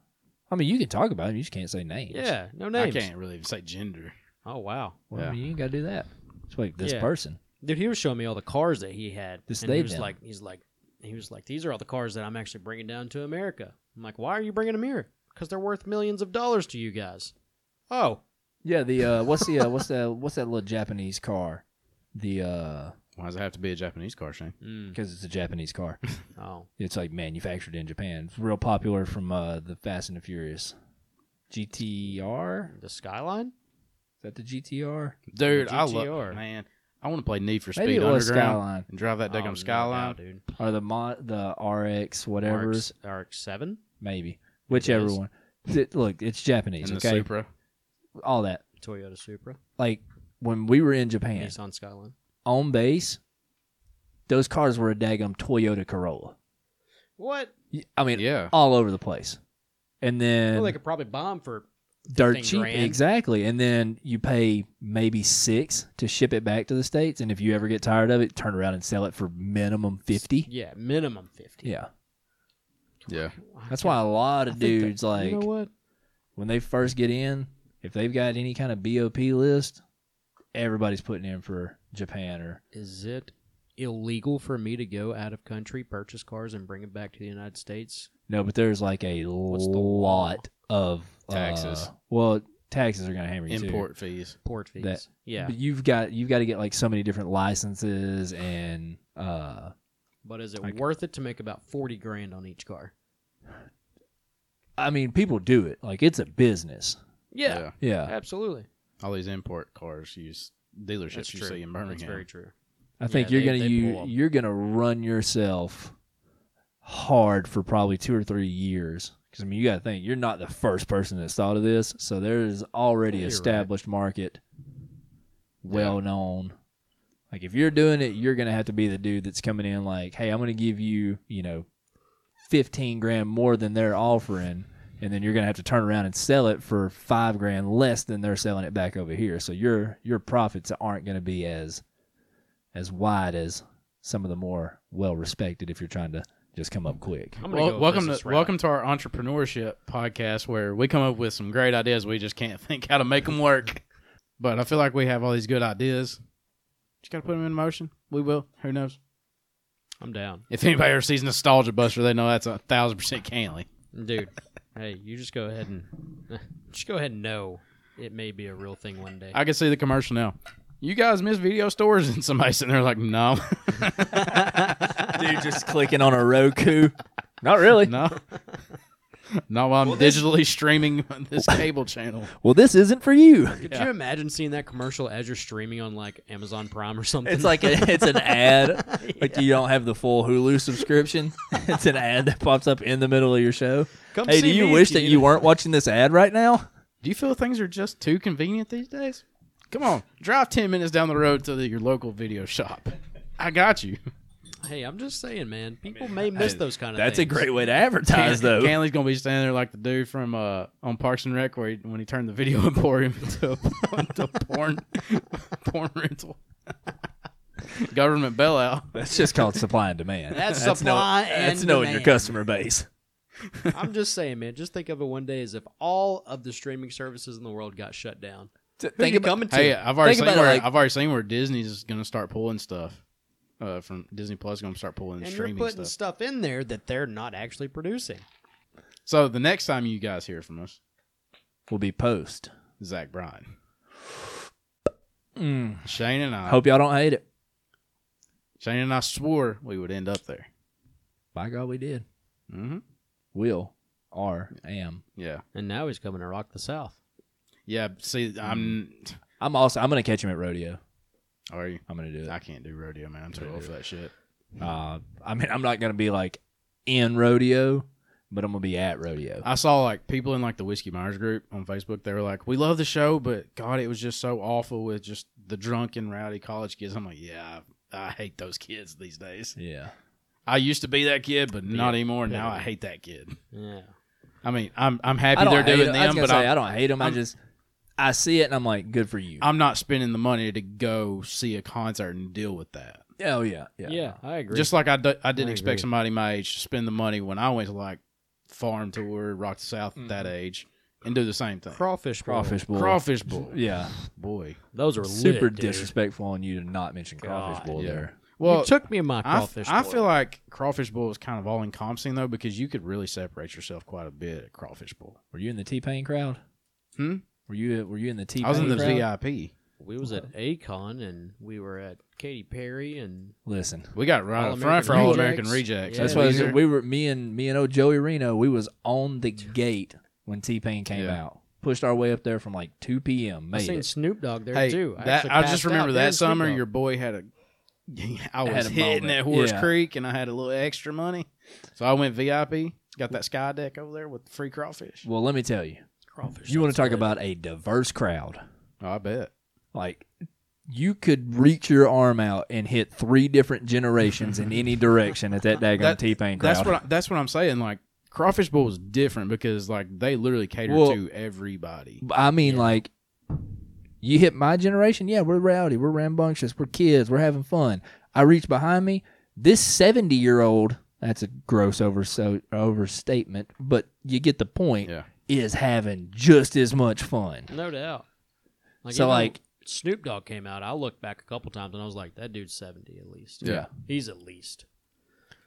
[SPEAKER 2] I mean you can talk about them, you just can't say names.
[SPEAKER 3] Yeah, no names.
[SPEAKER 1] I can't really even say gender.
[SPEAKER 3] Oh wow,
[SPEAKER 2] Well, I
[SPEAKER 1] Yeah.
[SPEAKER 2] mean, you ain't gotta do that. It's like this
[SPEAKER 3] Yeah.
[SPEAKER 2] person.
[SPEAKER 3] dude, he was showing me all the cars that he had,
[SPEAKER 2] This
[SPEAKER 3] and he
[SPEAKER 2] they
[SPEAKER 3] was
[SPEAKER 2] done.
[SPEAKER 3] like, he's like, he was like, these are all the cars that I'm actually bringing down to America. I'm like, why are you bringing them here? Because they're worth millions of dollars to you guys. Oh,
[SPEAKER 2] Yeah, the uh what's the uh, what's the what's that little Japanese car? The uh
[SPEAKER 1] Why does it have to be a Japanese car, Shane?
[SPEAKER 3] mm.
[SPEAKER 2] because it's a Japanese car.
[SPEAKER 3] oh,
[SPEAKER 2] It's like manufactured in Japan. It's real popular from uh, the Fast and the Furious. GTR? Is
[SPEAKER 3] the Skyline.
[SPEAKER 2] that the GTR?
[SPEAKER 1] Dude, I
[SPEAKER 3] GTR.
[SPEAKER 1] love man. I want to play Need for Speed
[SPEAKER 2] Maybe it
[SPEAKER 1] Underground
[SPEAKER 2] was Skyline
[SPEAKER 1] and drive that
[SPEAKER 3] Oh, no
[SPEAKER 1] daggum Skyline.
[SPEAKER 3] doubt, dude.
[SPEAKER 2] or the mo- the RX whatever's
[SPEAKER 3] RX Seven.
[SPEAKER 2] maybe whichever
[SPEAKER 3] Yes.
[SPEAKER 2] one. Th- look, it's Japanese.
[SPEAKER 1] and the
[SPEAKER 2] okay,
[SPEAKER 1] Supra.
[SPEAKER 2] all that.
[SPEAKER 3] Toyota Supra,
[SPEAKER 2] Like when we were in Japan
[SPEAKER 3] Nissan Skyline.
[SPEAKER 2] on base, those cars were a daggum Toyota Corolla.
[SPEAKER 3] What?
[SPEAKER 2] Y- I mean,
[SPEAKER 1] Yeah.
[SPEAKER 2] all over the place. And then
[SPEAKER 3] Well, they could probably bomb for
[SPEAKER 2] dirt
[SPEAKER 3] 15
[SPEAKER 2] cheap
[SPEAKER 3] grand.
[SPEAKER 2] exactly and then you pay maybe six to ship it back to the states and if you ever get tired of it turn around and sell it for minimum 50
[SPEAKER 3] yeah, minimum fifty.
[SPEAKER 2] yeah
[SPEAKER 1] Yeah.
[SPEAKER 2] that's why a lot of
[SPEAKER 3] think that-
[SPEAKER 2] dudes like
[SPEAKER 3] you know what?
[SPEAKER 2] when they first get in if they've got any kind of bop list everybody's putting in for japan or
[SPEAKER 3] Is it illegal for me to go out of country, purchase cars, and bring them back to the United States?
[SPEAKER 2] no but there's like a
[SPEAKER 3] the law?
[SPEAKER 2] lot of uh,
[SPEAKER 1] Taxes.
[SPEAKER 2] well taxes are gonna hammer you too.
[SPEAKER 1] Import fees.
[SPEAKER 3] Port fees.
[SPEAKER 2] That-
[SPEAKER 3] yeah,
[SPEAKER 2] but you've got you've got to get like so many different licenses and uh
[SPEAKER 3] but is it
[SPEAKER 2] like-
[SPEAKER 3] worth it to make about forty grand on each car?
[SPEAKER 2] I mean, people do it. Like it's a business.
[SPEAKER 3] Yeah,
[SPEAKER 2] Yeah,
[SPEAKER 3] absolutely.
[SPEAKER 1] All these import cars use dealerships
[SPEAKER 3] That's
[SPEAKER 1] you
[SPEAKER 3] true.
[SPEAKER 1] see in
[SPEAKER 3] That's
[SPEAKER 1] Birmingham.
[SPEAKER 3] very true.
[SPEAKER 2] I think
[SPEAKER 3] Yeah,
[SPEAKER 2] you're gonna
[SPEAKER 3] they- they
[SPEAKER 2] you,
[SPEAKER 3] pull 'em.
[SPEAKER 2] you're gonna run yourself hard for probably two or three years. Because I mean, you gotta think you're not the first person that's thought of this. So there is already
[SPEAKER 3] Yeah, you're
[SPEAKER 2] established market, well known. Like if you're doing it, you're gonna have to be the dude that's coming in like, hey, I'm gonna give you you know, fifteen grand more than they're offering. And then you're gonna have to turn around and sell it for five grand less than they're selling it back over here. So your your profits aren't gonna be as as wide as some of the more well respected if you're trying to just come up quick. <laughs>
[SPEAKER 3] I'm gonna
[SPEAKER 1] Well,
[SPEAKER 3] go
[SPEAKER 1] welcome
[SPEAKER 3] business
[SPEAKER 1] to
[SPEAKER 3] route.
[SPEAKER 1] welcome to our <laughs> entrepreneurship podcast where we come up with some great ideas we just can't think how to make them work. But I feel like we have all these good ideas. Just got to put them in motion. We will. Who knows?
[SPEAKER 3] I'm down,
[SPEAKER 1] If anybody ever sees Nostalgia Buster, they know that's a thousand percent Canley. <laughs>
[SPEAKER 3] dude. hey, you just go ahead and <laughs> just go ahead and know it may be a real thing one day.
[SPEAKER 1] I can see the commercial now. You guys miss video stores, <laughs> and somebody sitting there like, no, <laughs>
[SPEAKER 2] Dude, just clicking on a Roku. <laughs> Not really. <laughs>
[SPEAKER 1] no, no. I'm digitally streaming <laughs> on this cable channel.
[SPEAKER 2] Well, this isn't for you.
[SPEAKER 3] Could you imagine seeing that commercial as you're streaming on like Amazon Prime or something?
[SPEAKER 2] It's like a, it's an <laughs> ad. Like you don't have the full Hulu subscription. <laughs> It's an ad that pops up in the middle of your show.
[SPEAKER 3] Come
[SPEAKER 2] hey,
[SPEAKER 3] see
[SPEAKER 2] do you
[SPEAKER 3] me
[SPEAKER 2] wish
[SPEAKER 3] if
[SPEAKER 2] that
[SPEAKER 3] you-
[SPEAKER 2] you weren't watching this ad right now?
[SPEAKER 1] Do you feel things are just too convenient these days? Come on, drive ten minutes down the road to the, your local video shop. I got
[SPEAKER 2] <laughs>
[SPEAKER 1] you.
[SPEAKER 3] <laughs> hey, I'm just saying, man. People may miss
[SPEAKER 2] hey,
[SPEAKER 3] those kind of.
[SPEAKER 2] That's a
[SPEAKER 3] things.
[SPEAKER 2] great way to advertise, though.
[SPEAKER 1] Canley's gonna be standing there like the dude from uh, on Parks and Rec, where he, when he turned the video <laughs> emporium into a, into a porn <laughs> porn rental. <laughs> Government bailout.
[SPEAKER 2] That's just called supply and demand.
[SPEAKER 3] That's
[SPEAKER 2] no-
[SPEAKER 3] supply and
[SPEAKER 2] That's knowing your
[SPEAKER 3] demand.
[SPEAKER 2] customer base.
[SPEAKER 3] I'm just saying, man. Just think of it one day as if all of the streaming services in the world got shut down.
[SPEAKER 2] Think
[SPEAKER 3] Who you coming to?
[SPEAKER 1] Hey, I've already
[SPEAKER 2] Think
[SPEAKER 1] seen
[SPEAKER 2] about it,
[SPEAKER 1] where
[SPEAKER 2] like-
[SPEAKER 1] I've already seen where Disney's gonna start pulling stuff uh, from Disney Plus. Gonna start pulling
[SPEAKER 3] and you're
[SPEAKER 1] streaming
[SPEAKER 3] putting
[SPEAKER 1] stuff.
[SPEAKER 3] stuff in there that they're not actually producing.
[SPEAKER 1] so the next time you guys hear from us,
[SPEAKER 2] will be post.
[SPEAKER 1] Zach Bryan,
[SPEAKER 2] Mm.
[SPEAKER 1] Shane, and I.
[SPEAKER 2] Hope y'all don't hate it.
[SPEAKER 1] Shane and I swore we would end up there.
[SPEAKER 2] By God, we did.
[SPEAKER 1] Mm-hmm.
[SPEAKER 2] Will are am.
[SPEAKER 1] Yeah,
[SPEAKER 3] And now he's coming to rock the South.
[SPEAKER 1] yeah. See, I'm.
[SPEAKER 2] I'm also. I'm gonna catch him at rodeo.
[SPEAKER 1] Are you?
[SPEAKER 2] I'm gonna do
[SPEAKER 1] I
[SPEAKER 2] it.
[SPEAKER 1] can't do rodeo, man. I'm too old for that shit.
[SPEAKER 2] Uh, I mean, I'm not gonna be like in rodeo, but I'm gonna be at rodeo.
[SPEAKER 1] I saw like people in like the Whiskey Myers group on Facebook. They were like, "We love the show, but God, it was just so awful with just the drunken, rowdy college kids." I'm like, "Yeah, I, I hate those kids these days.
[SPEAKER 2] yeah.
[SPEAKER 1] I used to be that kid, but not anymore. Now I
[SPEAKER 3] Yeah.
[SPEAKER 1] hate that kid.
[SPEAKER 3] Yeah.
[SPEAKER 1] I mean, I'm I'm
[SPEAKER 2] I
[SPEAKER 1] happy
[SPEAKER 2] don't
[SPEAKER 1] they're
[SPEAKER 2] hate
[SPEAKER 1] doing
[SPEAKER 2] them, I was
[SPEAKER 1] them,
[SPEAKER 2] gonna
[SPEAKER 1] but
[SPEAKER 2] say,
[SPEAKER 1] I'm,
[SPEAKER 2] I don't hate them. I
[SPEAKER 1] I'm-
[SPEAKER 2] just I see it and I'm like, good for you.
[SPEAKER 1] I'm not spending the money to go see a concert and deal with that.
[SPEAKER 2] oh yeah, yeah.
[SPEAKER 3] Yeah, I agree.
[SPEAKER 1] Just like I, d- I didn't
[SPEAKER 3] I
[SPEAKER 1] expect
[SPEAKER 3] agree.
[SPEAKER 1] somebody my age to spend the money when I went to like farm tour, rock the south at that age, and do the same thing.
[SPEAKER 3] crawfish. Bowl.
[SPEAKER 2] Crawfish bowl.
[SPEAKER 1] Crawfish <laughs> bowl,
[SPEAKER 2] Yeah.
[SPEAKER 1] boy.
[SPEAKER 3] Those are
[SPEAKER 2] Super
[SPEAKER 3] lit, dude.
[SPEAKER 2] disrespectful on you to not mention crawfish
[SPEAKER 3] God,
[SPEAKER 2] bowl
[SPEAKER 1] yeah.
[SPEAKER 2] there.
[SPEAKER 1] Well,
[SPEAKER 3] you took me in my
[SPEAKER 1] I, f-
[SPEAKER 3] crawfish.
[SPEAKER 1] I
[SPEAKER 3] bowl.
[SPEAKER 1] feel like crawfish bowl is kind of all encompassing though, because you could really separate yourself quite a bit at crawfish bowl.
[SPEAKER 2] Were you in the T Pain crowd?
[SPEAKER 1] Hmm?
[SPEAKER 2] Were you were you in the T Pain?
[SPEAKER 1] I was in the
[SPEAKER 2] crowd?
[SPEAKER 1] VIP.
[SPEAKER 3] we was at Acon and we were at Katy Perry and
[SPEAKER 2] Listen,
[SPEAKER 1] We got right up
[SPEAKER 3] All-American
[SPEAKER 1] front for All American Rejects.
[SPEAKER 3] Rejects. Yeah.
[SPEAKER 2] that's why I was-
[SPEAKER 1] Weezer.
[SPEAKER 2] we were me and me and old Joey Reno. We was on the gate when T Pain came
[SPEAKER 1] Yeah.
[SPEAKER 2] out. Pushed our way up there from like two p.m.
[SPEAKER 3] I
[SPEAKER 2] Made
[SPEAKER 3] seen
[SPEAKER 2] it.
[SPEAKER 3] Snoop Dogg there
[SPEAKER 1] Hey,
[SPEAKER 3] too.
[SPEAKER 1] that,
[SPEAKER 3] actually
[SPEAKER 1] I
[SPEAKER 3] passed
[SPEAKER 1] just
[SPEAKER 3] out
[SPEAKER 1] remember
[SPEAKER 3] during
[SPEAKER 1] that
[SPEAKER 3] Snoop
[SPEAKER 1] summer
[SPEAKER 3] Dogg.
[SPEAKER 1] your boy had a. <laughs> I was
[SPEAKER 2] a
[SPEAKER 1] hitting
[SPEAKER 2] moment.
[SPEAKER 1] at Horse
[SPEAKER 2] Yeah.
[SPEAKER 1] Creek, and I had a little extra money, so I went VIP. Got that sky deck over there with free crawfish.
[SPEAKER 2] Well, let me tell you.
[SPEAKER 3] crawfish.
[SPEAKER 2] You want to talk
[SPEAKER 3] lit.
[SPEAKER 2] about a diverse crowd?
[SPEAKER 1] Oh, I bet.
[SPEAKER 2] Like you could reach your arm out and hit three different generations
[SPEAKER 1] <laughs>
[SPEAKER 2] in any direction at that daggone
[SPEAKER 1] That-
[SPEAKER 2] T Pain crowd.
[SPEAKER 1] That's what I, that's what I'm saying. Like crawfish bowl is different because like they literally cater
[SPEAKER 2] Well-
[SPEAKER 1] to everybody.
[SPEAKER 2] But I mean, like, you hit my generation. Yeah, we're rowdy. We're rambunctious. We're kids. We're having fun. I reach behind me. This 70 year old, that's a gross overso- overstatement, but you get the point,
[SPEAKER 1] Yeah.
[SPEAKER 2] is having just as much fun.
[SPEAKER 3] No doubt.
[SPEAKER 2] So,
[SPEAKER 3] even
[SPEAKER 2] like-
[SPEAKER 3] when Snoop Dogg came out. I looked back a couple times and I was like, that dude's seventy at least.
[SPEAKER 1] Yeah.
[SPEAKER 3] he's at least.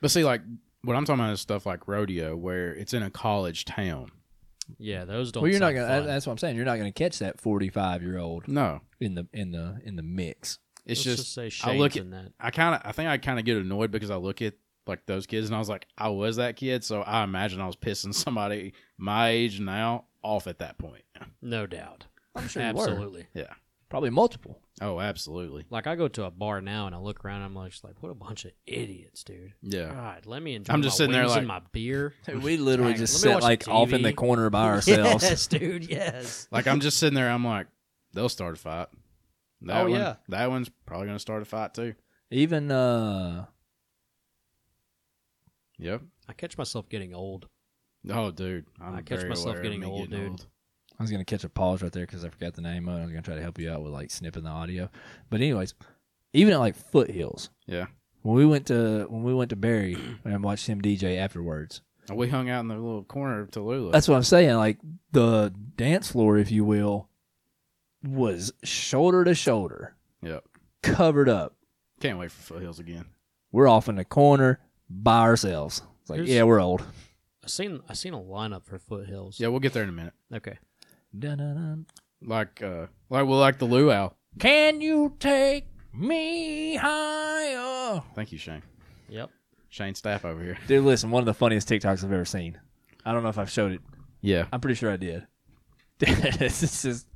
[SPEAKER 1] But see, like what I'm talking about is stuff like rodeo, where it's in a college town.
[SPEAKER 3] Yeah, those don't.
[SPEAKER 2] Well, you're not
[SPEAKER 3] sound
[SPEAKER 2] gonna.
[SPEAKER 3] fun.
[SPEAKER 2] that- That's what I'm saying. You're not gonna catch that 45 year old
[SPEAKER 1] No,
[SPEAKER 2] in the in the in the mix.
[SPEAKER 1] it's
[SPEAKER 3] Let's
[SPEAKER 1] just,
[SPEAKER 3] say
[SPEAKER 1] I
[SPEAKER 3] Shane's
[SPEAKER 1] look at
[SPEAKER 3] in that.
[SPEAKER 1] I kind of I think I kind of get annoyed because I look at like those kids and I was like I was that kid, so I imagine I was pissing <laughs> somebody my age now off at that point.
[SPEAKER 3] No doubt.
[SPEAKER 2] I'm sure you were.
[SPEAKER 3] Absolutely.
[SPEAKER 2] Probably multiple.
[SPEAKER 1] Oh, absolutely.
[SPEAKER 3] Like I go to a bar now and I look around. and I'm just like, what a bunch of idiots, dude.
[SPEAKER 1] Yeah.
[SPEAKER 3] God, let me enjoy.
[SPEAKER 1] I'm just
[SPEAKER 3] my
[SPEAKER 1] sitting there
[SPEAKER 3] wings
[SPEAKER 1] like-
[SPEAKER 3] and my
[SPEAKER 1] <laughs>
[SPEAKER 3] beer.
[SPEAKER 2] we literally
[SPEAKER 3] Dang,
[SPEAKER 2] just
[SPEAKER 3] let me
[SPEAKER 2] sit
[SPEAKER 3] watch
[SPEAKER 2] like
[SPEAKER 3] the
[SPEAKER 2] off in
[SPEAKER 3] TV.
[SPEAKER 2] the corner
[SPEAKER 3] <laughs>
[SPEAKER 2] by ourselves.
[SPEAKER 3] yes, dude. Yes.
[SPEAKER 1] Like I'm just sitting there, I'm like, they'll start a fight. That
[SPEAKER 3] Oh,
[SPEAKER 1] one-
[SPEAKER 3] yeah.
[SPEAKER 1] that one's probably gonna start a fight too.
[SPEAKER 2] Even uh,
[SPEAKER 1] Yep.
[SPEAKER 3] I catch myself getting old.
[SPEAKER 1] Oh, dude, I'm
[SPEAKER 3] I catch
[SPEAKER 1] very
[SPEAKER 3] myself
[SPEAKER 1] aware of
[SPEAKER 3] getting
[SPEAKER 1] me
[SPEAKER 3] old, dude.
[SPEAKER 2] I was gonna catch a pause right there because I forgot the name. of it. I was gonna try to help you out with like snipping the audio, but anyways, even at like Foothills,
[SPEAKER 1] Yeah.
[SPEAKER 2] when we went to when we went to Barry <clears throat> and watched him DJ afterwards,
[SPEAKER 1] And We hung out in the little corner of Tallulah.
[SPEAKER 2] that's what I'm saying. Like the dance floor, if you will, was shoulder to shoulder,
[SPEAKER 1] Yep.
[SPEAKER 2] covered up.
[SPEAKER 1] Can't wait for foothills again.
[SPEAKER 2] We're off in the corner by ourselves. It's like,
[SPEAKER 3] Here's-
[SPEAKER 2] yeah, we're old.
[SPEAKER 3] I seen I seen a lineup for foothills.
[SPEAKER 1] Yeah, we'll get there in a minute.
[SPEAKER 3] Okay.
[SPEAKER 2] Dun-dun-dun.
[SPEAKER 1] Like uh like well like the luau.
[SPEAKER 2] Can you take me higher?
[SPEAKER 1] Thank you, Shane.
[SPEAKER 3] Yep.
[SPEAKER 1] Shane Staff over here.
[SPEAKER 2] Dude, listen, one of the funniest TikToks I've ever seen. I don't know if I've showed it.
[SPEAKER 1] Yeah.
[SPEAKER 2] I'm pretty sure I did. <laughs> this is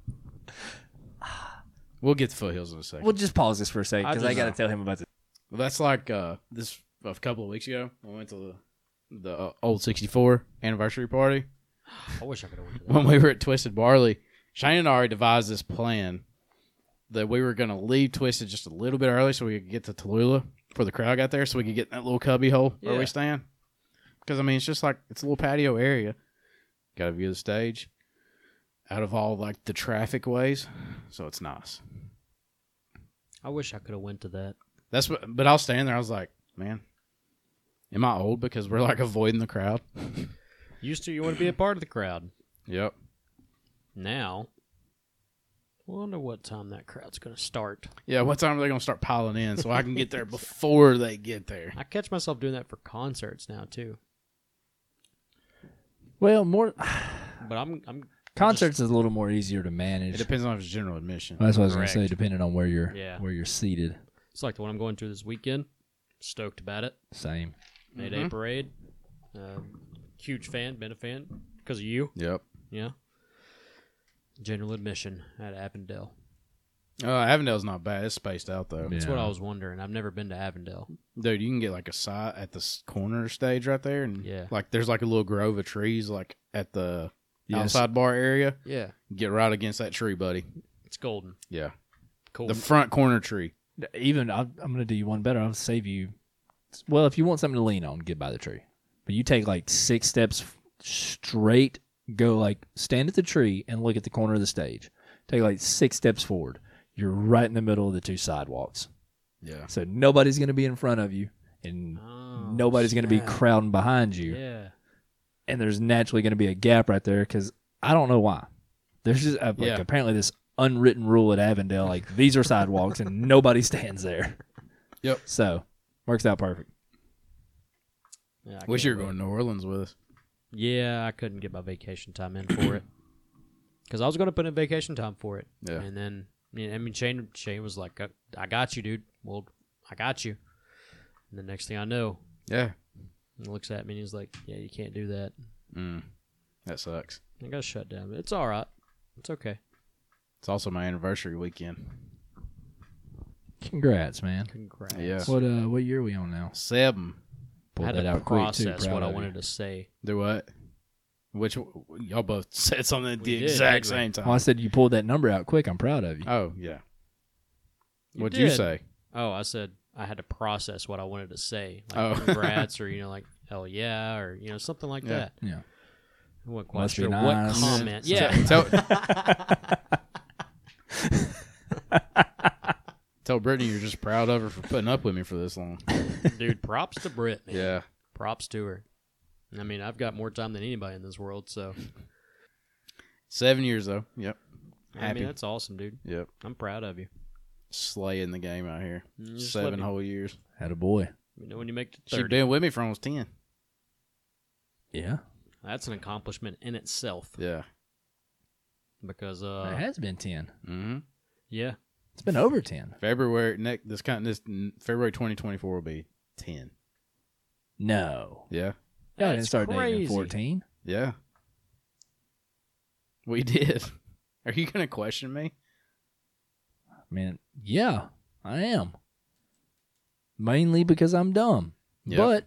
[SPEAKER 1] We'll get to foothills in a second.
[SPEAKER 2] we'll just pause this for a second
[SPEAKER 3] I
[SPEAKER 2] because I,
[SPEAKER 3] just-
[SPEAKER 2] got to tell him about this.
[SPEAKER 1] Well, That's like uh, this a couple of weeks ago. I went to the the uh, old sixty four anniversary party
[SPEAKER 3] I wish I could have went to
[SPEAKER 1] <laughs>
[SPEAKER 3] that.
[SPEAKER 1] when we were at Twisted Barley. Shane and I already devised this plan that we were going to leave Twisted just a little bit early so we could get to Tallulah before the crowd got there, so we could get in that little cubby hole where
[SPEAKER 2] Yeah.
[SPEAKER 1] we stand. Because I mean, it's just like it's a little patio area. Got a view of the stage out of all like the traffic ways, so it's nice.
[SPEAKER 3] I wish I could have went to that.
[SPEAKER 1] That's what. But I was standing there. I was like, man, am I old? Because we're like avoiding the crowd.
[SPEAKER 3] Used to you want to be a part of the crowd.
[SPEAKER 1] Yep.
[SPEAKER 3] Now wonder what time that crowd's gonna start.
[SPEAKER 1] Yeah, what time are they going to start piling in so I can get there before they get there?
[SPEAKER 3] I catch myself doing that for concerts now too.
[SPEAKER 2] Well, more <sighs>
[SPEAKER 3] But I'm I'm
[SPEAKER 2] concerts is a little more easier to manage.
[SPEAKER 1] It depends on if it's general admission.
[SPEAKER 2] That's what I was going to say,
[SPEAKER 3] Correct.
[SPEAKER 2] depending on where you're
[SPEAKER 3] Yeah.
[SPEAKER 2] where you're seated.
[SPEAKER 3] it's like the one I'm going to this weekend. Stoked about it.
[SPEAKER 2] Same.
[SPEAKER 3] Mayday
[SPEAKER 1] Mhm.
[SPEAKER 3] parade. Um, huge fan, been a fan because of you.
[SPEAKER 1] Yep.
[SPEAKER 3] Yeah. General admission at Avondale.
[SPEAKER 1] Uh, Avondale's not bad. It's spaced out though.
[SPEAKER 2] Yeah.
[SPEAKER 3] That's what I was wondering. I've never been to Avondale.
[SPEAKER 1] Dude, you can get like a side at the s- corner stage right there, and
[SPEAKER 3] Yeah.
[SPEAKER 1] like there's like a little grove of trees like at the
[SPEAKER 2] Yes.
[SPEAKER 1] outside bar area.
[SPEAKER 3] Yeah.
[SPEAKER 1] Get right against that tree, buddy.
[SPEAKER 3] It's golden.
[SPEAKER 1] Yeah,
[SPEAKER 3] Cool.
[SPEAKER 1] the front corner tree.
[SPEAKER 2] Even I, I'm going to do you one better. I'll save you. Well, if you want something to lean on, get by the tree. But you take like six steps f- straight, go like stand at the tree and look at the corner of the stage. Take like six steps forward. You're right in the middle of the two sidewalks.
[SPEAKER 1] Yeah,
[SPEAKER 2] So nobody's going to be in front of you and
[SPEAKER 3] Oh,
[SPEAKER 2] nobody's going to be
[SPEAKER 3] snap.
[SPEAKER 2] crowding behind you.
[SPEAKER 3] Yeah.
[SPEAKER 2] and there's naturally going to be a gap right there because I don't know why. There's just uh, like,
[SPEAKER 1] Yeah.
[SPEAKER 2] apparently this unwritten rule at Avondale, like these are sidewalks
[SPEAKER 3] <laughs>
[SPEAKER 2] and nobody stands there.
[SPEAKER 1] Yep.
[SPEAKER 2] So works out perfect.
[SPEAKER 3] yeah I
[SPEAKER 1] wish
[SPEAKER 3] can't
[SPEAKER 1] you were
[SPEAKER 3] wait.
[SPEAKER 1] going to New Orleans with us.
[SPEAKER 3] Yeah, I couldn't get my vacation time in for it <coughs> because I was going to put in vacation time for it,
[SPEAKER 1] Yeah,
[SPEAKER 3] and then I mean- I mean Shane Shane was like, "I- "I got you, dude. Well, I got you." And the next thing I know,
[SPEAKER 1] yeah.
[SPEAKER 3] he looks at me and he's like, "Yeah, you can't do that."
[SPEAKER 1] Mm. That sucks.
[SPEAKER 3] I got shut down. But it's all right. It's okay.
[SPEAKER 1] It's also my anniversary weekend.
[SPEAKER 2] Congrats, man.
[SPEAKER 3] Congrats.
[SPEAKER 1] Yeah.
[SPEAKER 2] What uh, what year are we on now?
[SPEAKER 1] Seven.
[SPEAKER 2] Pull
[SPEAKER 3] I had
[SPEAKER 2] that
[SPEAKER 3] to
[SPEAKER 2] out quick too.
[SPEAKER 3] process
[SPEAKER 2] proud
[SPEAKER 3] what I
[SPEAKER 2] of you.
[SPEAKER 3] wanted to say.
[SPEAKER 1] Do what? Which y'all both <laughs> said something at
[SPEAKER 3] We
[SPEAKER 1] the
[SPEAKER 3] did,
[SPEAKER 1] exact
[SPEAKER 3] didn't we?
[SPEAKER 1] same time.
[SPEAKER 2] Well, Oh, I said you pulled that number out quick. I'm proud
[SPEAKER 3] Uh,
[SPEAKER 2] of you.
[SPEAKER 1] Oh yeah. What'd you
[SPEAKER 3] did.
[SPEAKER 1] say?
[SPEAKER 3] Oh, I said I had to process what I wanted to say, like
[SPEAKER 1] Oh. <laughs>
[SPEAKER 3] congrats, or you know, like hell yeah, or you know, something like
[SPEAKER 1] Yeah.
[SPEAKER 3] that.
[SPEAKER 2] Yeah.
[SPEAKER 3] I wasn't quite
[SPEAKER 2] Must be
[SPEAKER 3] sure
[SPEAKER 2] nice.
[SPEAKER 3] what comment.
[SPEAKER 2] Yeah.
[SPEAKER 3] Yeah, <laughs>
[SPEAKER 1] Tell, tell Brittany you're just proud of her for putting up with me for this
[SPEAKER 3] <laughs>
[SPEAKER 1] long. <laughs>
[SPEAKER 3] dude, props to Brit. man.
[SPEAKER 1] Yeah.
[SPEAKER 3] props to her. I mean, I've got more time than anybody in this world, so
[SPEAKER 1] Seven years though. Yep.
[SPEAKER 3] I
[SPEAKER 1] Happy.
[SPEAKER 3] mean, that's awesome, dude.
[SPEAKER 1] Yep.
[SPEAKER 3] I'm proud of you.
[SPEAKER 1] Slaying the game out here.
[SPEAKER 3] You just let
[SPEAKER 1] Seven
[SPEAKER 3] me-
[SPEAKER 1] whole years.
[SPEAKER 2] Had a boy.
[SPEAKER 3] You know, when you make it to
[SPEAKER 1] She's
[SPEAKER 3] 30,
[SPEAKER 1] been with me for almost ten.
[SPEAKER 2] Yeah.
[SPEAKER 3] that's an accomplishment in itself.
[SPEAKER 1] Yeah.
[SPEAKER 3] Because
[SPEAKER 2] it
[SPEAKER 3] uh,
[SPEAKER 2] has been ten.
[SPEAKER 1] Mm-hmm.
[SPEAKER 3] yeah,
[SPEAKER 2] It's been over ten.
[SPEAKER 1] February next this kind this n- February twenty twenty four will be ten.
[SPEAKER 2] No.
[SPEAKER 1] Yeah.
[SPEAKER 2] Y'all
[SPEAKER 3] That's
[SPEAKER 2] didn't start dating
[SPEAKER 3] crazy.
[SPEAKER 2] at fourteen.
[SPEAKER 1] Yeah. We did. <laughs> Are you gonna question me?
[SPEAKER 2] I mean, yeah, I am. Mainly because I'm dumb.
[SPEAKER 1] Yep.
[SPEAKER 2] But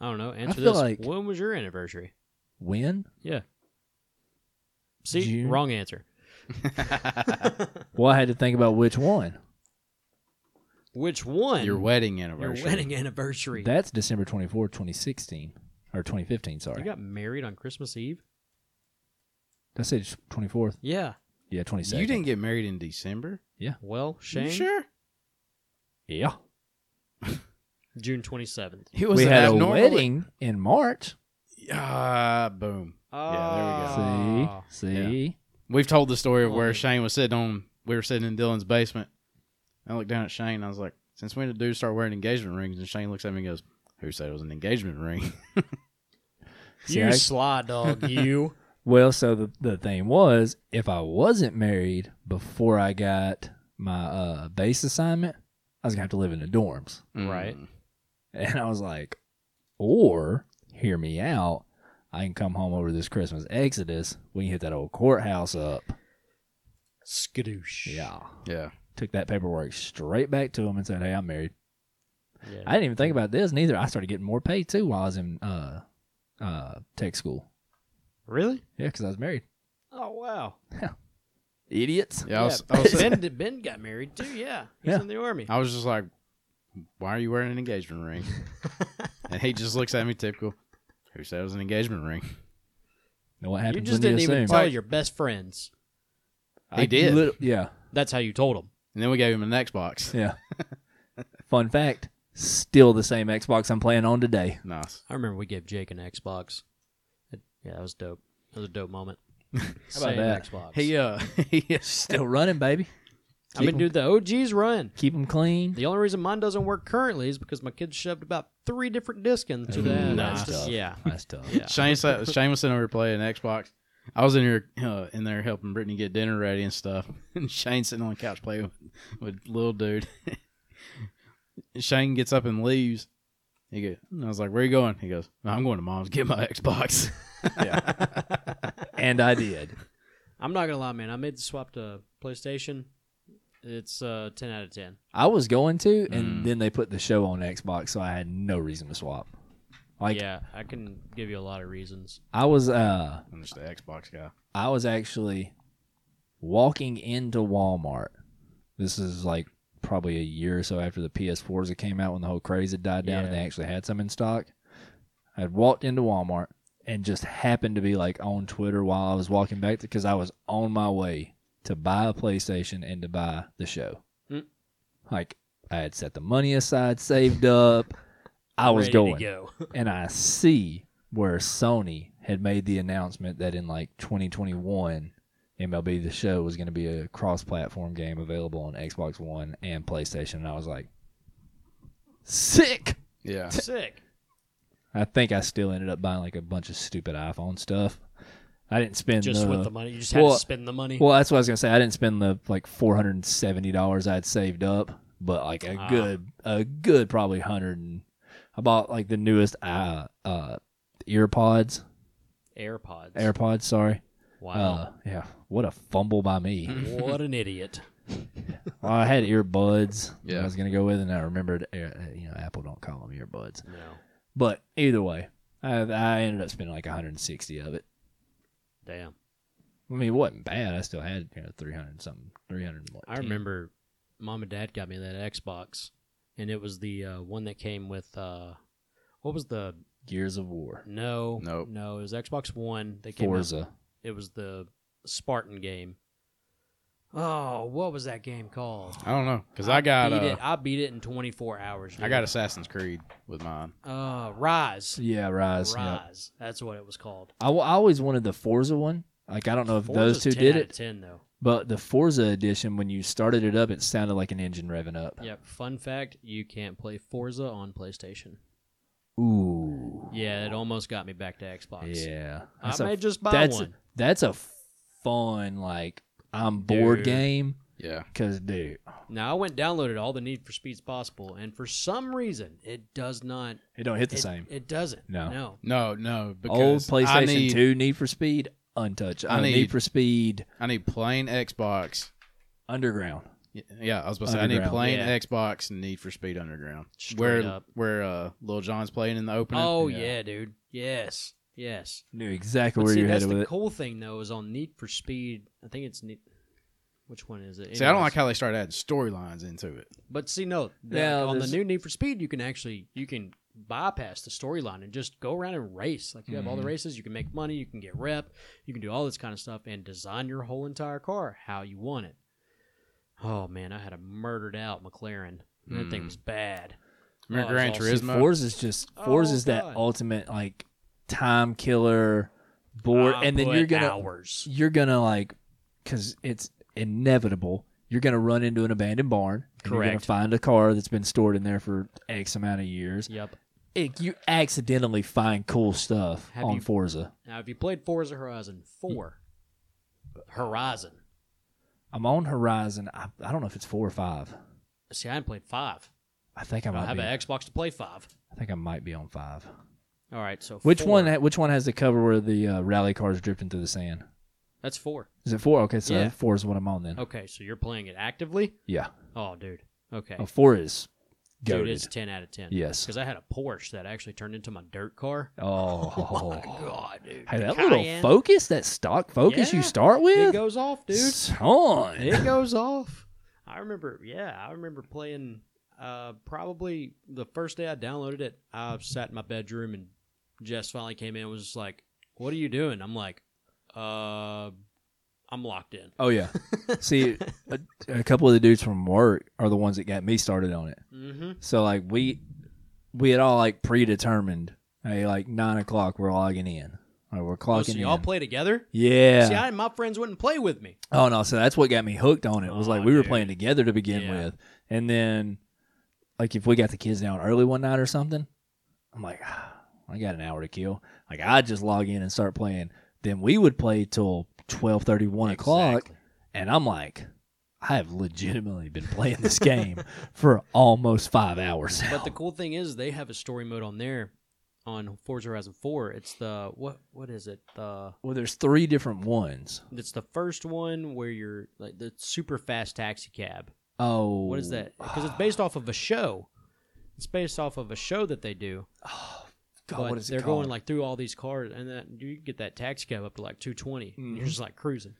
[SPEAKER 3] I don't know. Answer
[SPEAKER 2] feel
[SPEAKER 3] this.
[SPEAKER 2] like-
[SPEAKER 3] When was your anniversary?
[SPEAKER 2] when?
[SPEAKER 3] Yeah. See,
[SPEAKER 2] June?
[SPEAKER 3] wrong
[SPEAKER 1] <laughs>
[SPEAKER 3] answer.
[SPEAKER 2] Well, I had to think about which one.
[SPEAKER 3] Which one?
[SPEAKER 1] Your wedding
[SPEAKER 3] Your
[SPEAKER 1] anniversary.
[SPEAKER 3] wedding anniversary.
[SPEAKER 2] That's December 24, 2016. Or 2015, sorry.
[SPEAKER 3] you got married on Christmas Eve?
[SPEAKER 2] Did I say 24th?
[SPEAKER 3] Yeah.
[SPEAKER 2] Yeah, 22nd.
[SPEAKER 1] You didn't get married in December.
[SPEAKER 3] Well, Shane,
[SPEAKER 1] You sure?
[SPEAKER 2] Yeah.
[SPEAKER 3] June 27th.
[SPEAKER 1] He
[SPEAKER 2] We had a
[SPEAKER 1] abnormally-
[SPEAKER 2] wedding in March.
[SPEAKER 1] Ah, boom. Yeah,
[SPEAKER 2] See? See?
[SPEAKER 1] We've told the story of
[SPEAKER 3] Oh,
[SPEAKER 1] where
[SPEAKER 3] dude.
[SPEAKER 1] Shane was sitting on. We were sitting in Dylan's basement. I looked down at Shane. and I was like, "Since when did dudes start wearing engagement rings?" And Shane looks at me and goes, "Who said it was an engagement ring?"
[SPEAKER 2] See,
[SPEAKER 3] you
[SPEAKER 2] I- <laughs>
[SPEAKER 3] sly dog, you.
[SPEAKER 2] Well, so the, the thing was, if I wasn't married before I got my uh, base assignment, I was gonna have to live in the dorms.
[SPEAKER 3] Right.
[SPEAKER 1] Mm.
[SPEAKER 2] <laughs> And I was like, or hear me out, I can come home over this Christmas Exodus. We can hit that old courthouse up.
[SPEAKER 3] Skadoosh.
[SPEAKER 2] Yeah.
[SPEAKER 1] Yeah.
[SPEAKER 2] Took that paperwork straight back to him and said, Hey, I'm married.
[SPEAKER 3] Yeah.
[SPEAKER 2] I didn't even think about this neither. I started getting more pay too while I was in uh uh tech school.
[SPEAKER 3] really?
[SPEAKER 2] Yeah, because I was married.
[SPEAKER 3] Oh wow.
[SPEAKER 2] Idiots.
[SPEAKER 1] Yeah. I was,
[SPEAKER 3] <laughs>
[SPEAKER 1] I was sitting-
[SPEAKER 3] ben, ben got married too. Yeah, he's
[SPEAKER 2] Yeah.
[SPEAKER 3] in the army.
[SPEAKER 1] I was just like, "Why are you wearing an engagement
[SPEAKER 3] <laughs>
[SPEAKER 1] ring?" and he just looks at me, typical. Who said it was an engagement ring?
[SPEAKER 2] Know what
[SPEAKER 3] you
[SPEAKER 2] happens
[SPEAKER 3] just
[SPEAKER 2] when
[SPEAKER 3] didn't
[SPEAKER 2] you
[SPEAKER 3] even
[SPEAKER 2] assume?
[SPEAKER 3] tell your best friends.
[SPEAKER 1] He did.
[SPEAKER 2] lit- yeah.
[SPEAKER 3] That's how you told them.
[SPEAKER 1] And then we gave him an Xbox. <laughs>
[SPEAKER 2] Yeah. <laughs> Fun fact, still the same Xbox I'm playing on today.
[SPEAKER 1] Nice.
[SPEAKER 3] I remember we gave Jake an Xbox. It- yeah, that was dope. That was a
[SPEAKER 2] <laughs>
[SPEAKER 3] dope moment. How
[SPEAKER 2] about that?
[SPEAKER 3] Xbox.
[SPEAKER 1] He uh, <laughs> he
[SPEAKER 2] Still running, baby.
[SPEAKER 3] I mean, dude, the OGs run.
[SPEAKER 2] Keep them clean.
[SPEAKER 3] The only reason mine doesn't work currently is because my kids shoved about three different discs into
[SPEAKER 2] Ooh,
[SPEAKER 3] the.
[SPEAKER 1] that's
[SPEAKER 3] It's just-
[SPEAKER 2] tough.
[SPEAKER 3] yeah,
[SPEAKER 2] That's tough.
[SPEAKER 3] <laughs> yeah.
[SPEAKER 1] Shane, sat- Shane was sitting over playing Xbox. I was in here uh, in there helping Brittany get dinner ready and stuff. <laughs> And Shane's sitting on the couch playing with, with little dude. <laughs> Shane gets up and leaves. He go, and I was like, "Where you going?" He goes, "I'm going to mom's get my <laughs>
[SPEAKER 3] <laughs>
[SPEAKER 1] Xbox."
[SPEAKER 2] And I did.
[SPEAKER 3] I'm not gonna lie, man. I made the swap to PlayStation. It's uh, ten out of ten.
[SPEAKER 2] I was going to, and
[SPEAKER 1] Mm.
[SPEAKER 2] then they put the show on Xbox, so I had no reason to swap. Like
[SPEAKER 3] yeah, I can give you a lot of reasons.
[SPEAKER 2] I was uh
[SPEAKER 1] I'm just the Xbox guy.
[SPEAKER 2] I was actually walking into Walmart. This is like probably a year or so after the PS4s that came out when the whole craze had died down and
[SPEAKER 3] Yeah.
[SPEAKER 2] they actually had some in stock. I'd walked into Walmart and just happened to be like on Twitter while I was walking back because I was on my way to buy a PlayStation and to buy the show.
[SPEAKER 3] Mm.
[SPEAKER 2] Like I had set the money aside, saved up. I was
[SPEAKER 3] Ready
[SPEAKER 2] going
[SPEAKER 3] To
[SPEAKER 2] <laughs>
[SPEAKER 3] go.
[SPEAKER 2] and I see where Sony had made the announcement that in like 2021, MLB The Show was going to be a cross-platform game available on Xbox One and PlayStation, and I was like, sick.
[SPEAKER 1] Yeah,
[SPEAKER 3] Sick.
[SPEAKER 2] I think I still ended up buying like a bunch of stupid iPhone stuff. I didn't spend
[SPEAKER 3] Just
[SPEAKER 2] the,
[SPEAKER 3] with the money, you just had
[SPEAKER 2] uh, well,
[SPEAKER 3] to spend the money.
[SPEAKER 2] Well, that's what I was gonna say. I didn't spend the like four hundred and seventy dollars I'd saved up, but like a
[SPEAKER 3] Ah.
[SPEAKER 2] good, a good probably hundred. and I bought like the newest uh, uh, ear pods,
[SPEAKER 3] AirPods.
[SPEAKER 2] AirPods. Sorry.
[SPEAKER 3] wow.
[SPEAKER 2] Uh, yeah. What a fumble by me.
[SPEAKER 3] <laughs> what an idiot.
[SPEAKER 2] well, I had earbuds. Yeah.
[SPEAKER 1] Yeah.
[SPEAKER 2] I was gonna go with, and I remembered, uh, you know, Apple don't call them earbuds.
[SPEAKER 3] No.
[SPEAKER 2] But either way, I, I ended up spending like 160 of it.
[SPEAKER 3] Damn.
[SPEAKER 2] I mean, it wasn't bad. I still had you know 300 something, 300. What,
[SPEAKER 3] I remember mom and dad got me that Xbox, and it was the uh, one that came with. Uh, what was the
[SPEAKER 2] Gears of War,
[SPEAKER 3] no
[SPEAKER 1] Nope.
[SPEAKER 3] no it was Xbox One that came out-
[SPEAKER 2] Forza.
[SPEAKER 3] it was the Spartan game. Oh, what was that game called?
[SPEAKER 2] Uh,
[SPEAKER 1] I don't know because I, got
[SPEAKER 3] beat
[SPEAKER 1] uh,
[SPEAKER 3] it. I beat it in 24 hours.
[SPEAKER 1] I got Assassin's Creed with mine.
[SPEAKER 3] a uh, Rise.
[SPEAKER 2] Yeah, Rise.
[SPEAKER 3] Rise.
[SPEAKER 2] yeah.
[SPEAKER 3] That's what it was called.
[SPEAKER 2] I, w- I always wanted the Forza one. Like I don't know if those
[SPEAKER 3] Forza's
[SPEAKER 2] two
[SPEAKER 3] 10
[SPEAKER 2] did
[SPEAKER 3] out of
[SPEAKER 2] it,
[SPEAKER 3] 10 though.
[SPEAKER 2] but the Forza edition, when you started it up, it sounded like an engine revving up.
[SPEAKER 3] Yep. Fun fact: you can't play Forza on PlayStation.
[SPEAKER 2] Ooh.
[SPEAKER 3] Yeah, it almost got me back to Xbox.
[SPEAKER 2] Yeah.
[SPEAKER 3] I
[SPEAKER 2] That's a
[SPEAKER 3] may just buy
[SPEAKER 2] that's
[SPEAKER 3] one.
[SPEAKER 2] that's a fun like I'm bored
[SPEAKER 3] Dude.
[SPEAKER 2] game
[SPEAKER 1] Yeah,
[SPEAKER 2] because dude,
[SPEAKER 3] Now I went and downloaded all the Need for Speeds possible, and for some reason, it does not.
[SPEAKER 2] it don't hit the
[SPEAKER 3] it,
[SPEAKER 2] same.
[SPEAKER 3] It doesn't.
[SPEAKER 2] No.
[SPEAKER 3] No.
[SPEAKER 1] no, no.
[SPEAKER 2] Old
[SPEAKER 1] Because I
[SPEAKER 2] PlayStation
[SPEAKER 1] need,
[SPEAKER 2] Two, Need for Speed, untouched.
[SPEAKER 1] I
[SPEAKER 2] Uh, need,
[SPEAKER 1] need-
[SPEAKER 2] for Speed
[SPEAKER 1] I need plain Xbox.
[SPEAKER 2] Underground.
[SPEAKER 1] Y- Yeah, I was about to say I need
[SPEAKER 2] Underground.
[SPEAKER 1] plain
[SPEAKER 3] Yeah.
[SPEAKER 1] Xbox and Need for Speed Underground.
[SPEAKER 3] Straight
[SPEAKER 1] where
[SPEAKER 3] up.
[SPEAKER 1] where uh, Lil John's playing in the
[SPEAKER 2] Mm-hmm.
[SPEAKER 1] opening.
[SPEAKER 3] Oh yeah. dude. Yes. Yes.
[SPEAKER 2] Knew exactly
[SPEAKER 3] But
[SPEAKER 2] where
[SPEAKER 3] see,
[SPEAKER 2] you're
[SPEAKER 3] that's
[SPEAKER 2] headed
[SPEAKER 3] the
[SPEAKER 2] with it.
[SPEAKER 3] cool thing though is on Need for Speed. I think it's Need. Which one is it?
[SPEAKER 1] See, I don't
[SPEAKER 3] Anyways.
[SPEAKER 1] like how they started adding storylines into it.
[SPEAKER 3] But see, no, the,
[SPEAKER 2] Yeah,
[SPEAKER 3] on the
[SPEAKER 2] there's-
[SPEAKER 3] new Need for Speed, you can actually you can bypass the storyline and just go around and race. Like you have
[SPEAKER 2] Mm-hmm.
[SPEAKER 3] all the races, you can make money, you can get rep, you can do all this kind of stuff, and design your whole entire car how you want it. Oh man, I had a murdered out McLaren. That
[SPEAKER 2] Mm.
[SPEAKER 3] thing was bad.
[SPEAKER 1] Remember
[SPEAKER 3] Oh,
[SPEAKER 1] Gran
[SPEAKER 3] it's awesome.
[SPEAKER 2] See,
[SPEAKER 1] Turismo?
[SPEAKER 2] Forza's just
[SPEAKER 3] Oh,
[SPEAKER 2] Forza's is that
[SPEAKER 3] God.
[SPEAKER 2] ultimate like time killer bored,
[SPEAKER 3] I
[SPEAKER 2] and then
[SPEAKER 3] put
[SPEAKER 2] you're gonna
[SPEAKER 3] Ah, hours.
[SPEAKER 2] you're gonna like because it's inevitable. You're going to run into an abandoned barn. and You're going
[SPEAKER 3] Correct.
[SPEAKER 2] to find a car that's been stored in there for X amount of years.
[SPEAKER 3] Yep.
[SPEAKER 2] It, you accidentally find cool stuff
[SPEAKER 3] Have
[SPEAKER 2] on
[SPEAKER 3] you-
[SPEAKER 2] Forza.
[SPEAKER 3] Now, if you played Forza Horizon 4, Horizon.
[SPEAKER 2] I'm on Horizon. I, I don't know if it's four or five.
[SPEAKER 3] See, I haven't played 5.
[SPEAKER 2] I think I
[SPEAKER 3] I
[SPEAKER 2] might
[SPEAKER 3] have
[SPEAKER 2] be.
[SPEAKER 3] an Xbox to play 5.
[SPEAKER 2] I think I might be on five.
[SPEAKER 3] All right, so
[SPEAKER 2] Which
[SPEAKER 3] four.
[SPEAKER 2] one? ha- Which one has the cover where the uh, rally cars drifting through the sand?
[SPEAKER 3] That's 4.
[SPEAKER 2] Is it four? Okay, so
[SPEAKER 3] Yeah.
[SPEAKER 2] four is what I'm on then.
[SPEAKER 3] Okay, so you're playing it actively?
[SPEAKER 2] Yeah,
[SPEAKER 3] Oh, dude. Okay.
[SPEAKER 2] oh, four is
[SPEAKER 3] Dude, it's
[SPEAKER 2] goaded.
[SPEAKER 3] 10 out of 10.
[SPEAKER 2] Yes.
[SPEAKER 3] Because I had a Porsche that actually turned into my dirt car. Oh, <laughs> my
[SPEAKER 2] <laughs> Oh,
[SPEAKER 3] God, dude.
[SPEAKER 2] hey,
[SPEAKER 3] The
[SPEAKER 2] that
[SPEAKER 3] Cayenne,
[SPEAKER 2] little Focus, that stock Focus
[SPEAKER 3] Yeah,
[SPEAKER 2] you start
[SPEAKER 3] It
[SPEAKER 2] with,
[SPEAKER 3] goes off,
[SPEAKER 2] <laughs>
[SPEAKER 3] dude.
[SPEAKER 2] son.
[SPEAKER 3] it goes off. I remember, yeah, I remember playing. Uh, probably the first day I downloaded it, I sat in my bedroom and Jess finally came in and was just like, "What are you doing?" I'm like, "Uh, I'm locked in."
[SPEAKER 2] Oh <laughs> yeah. See, a, a couple of the dudes from work are the ones that got me started on it.
[SPEAKER 3] Mm-hmm.
[SPEAKER 2] So like we we had all like predetermined. Hey, like nine o'clock, we're logging in. Like, we're clocking
[SPEAKER 3] Oh, so y'all
[SPEAKER 2] in.
[SPEAKER 3] play together?
[SPEAKER 2] yeah.
[SPEAKER 3] See, I, my friends wouldn't play with me.
[SPEAKER 2] Oh no, so that's what got me hooked on it. Was like
[SPEAKER 3] Aw,
[SPEAKER 2] we were
[SPEAKER 3] dude.
[SPEAKER 2] playing together to begin
[SPEAKER 3] Yeah.
[SPEAKER 2] with, and then like if we got the kids down early one night or something, I'm like, "Ah, I got an hour to kill. Like I would just log in and start playing. Then we would play till 12, 1 o'clock,
[SPEAKER 3] Exactly.
[SPEAKER 2] and I'm like, I have legitimately been playing this game <laughs> for almost five hours. Now.
[SPEAKER 3] But the cool thing is, they have a story mode on there, on Forza Horizon Four. It's the what? What is it? The
[SPEAKER 2] well, there's three different ones.
[SPEAKER 3] it's the first one where you're like the super fast taxi cab.
[SPEAKER 2] Oh,
[SPEAKER 3] What is that? Because it's based off of a show. It's based off of a show that they do.
[SPEAKER 2] Oh, <sighs>
[SPEAKER 3] but
[SPEAKER 2] God, what is
[SPEAKER 3] they're
[SPEAKER 2] it called?
[SPEAKER 3] going like through all these cars, and that you get that taxi cab up to like 220. and
[SPEAKER 2] Mm-hmm.
[SPEAKER 3] You're just like cruising.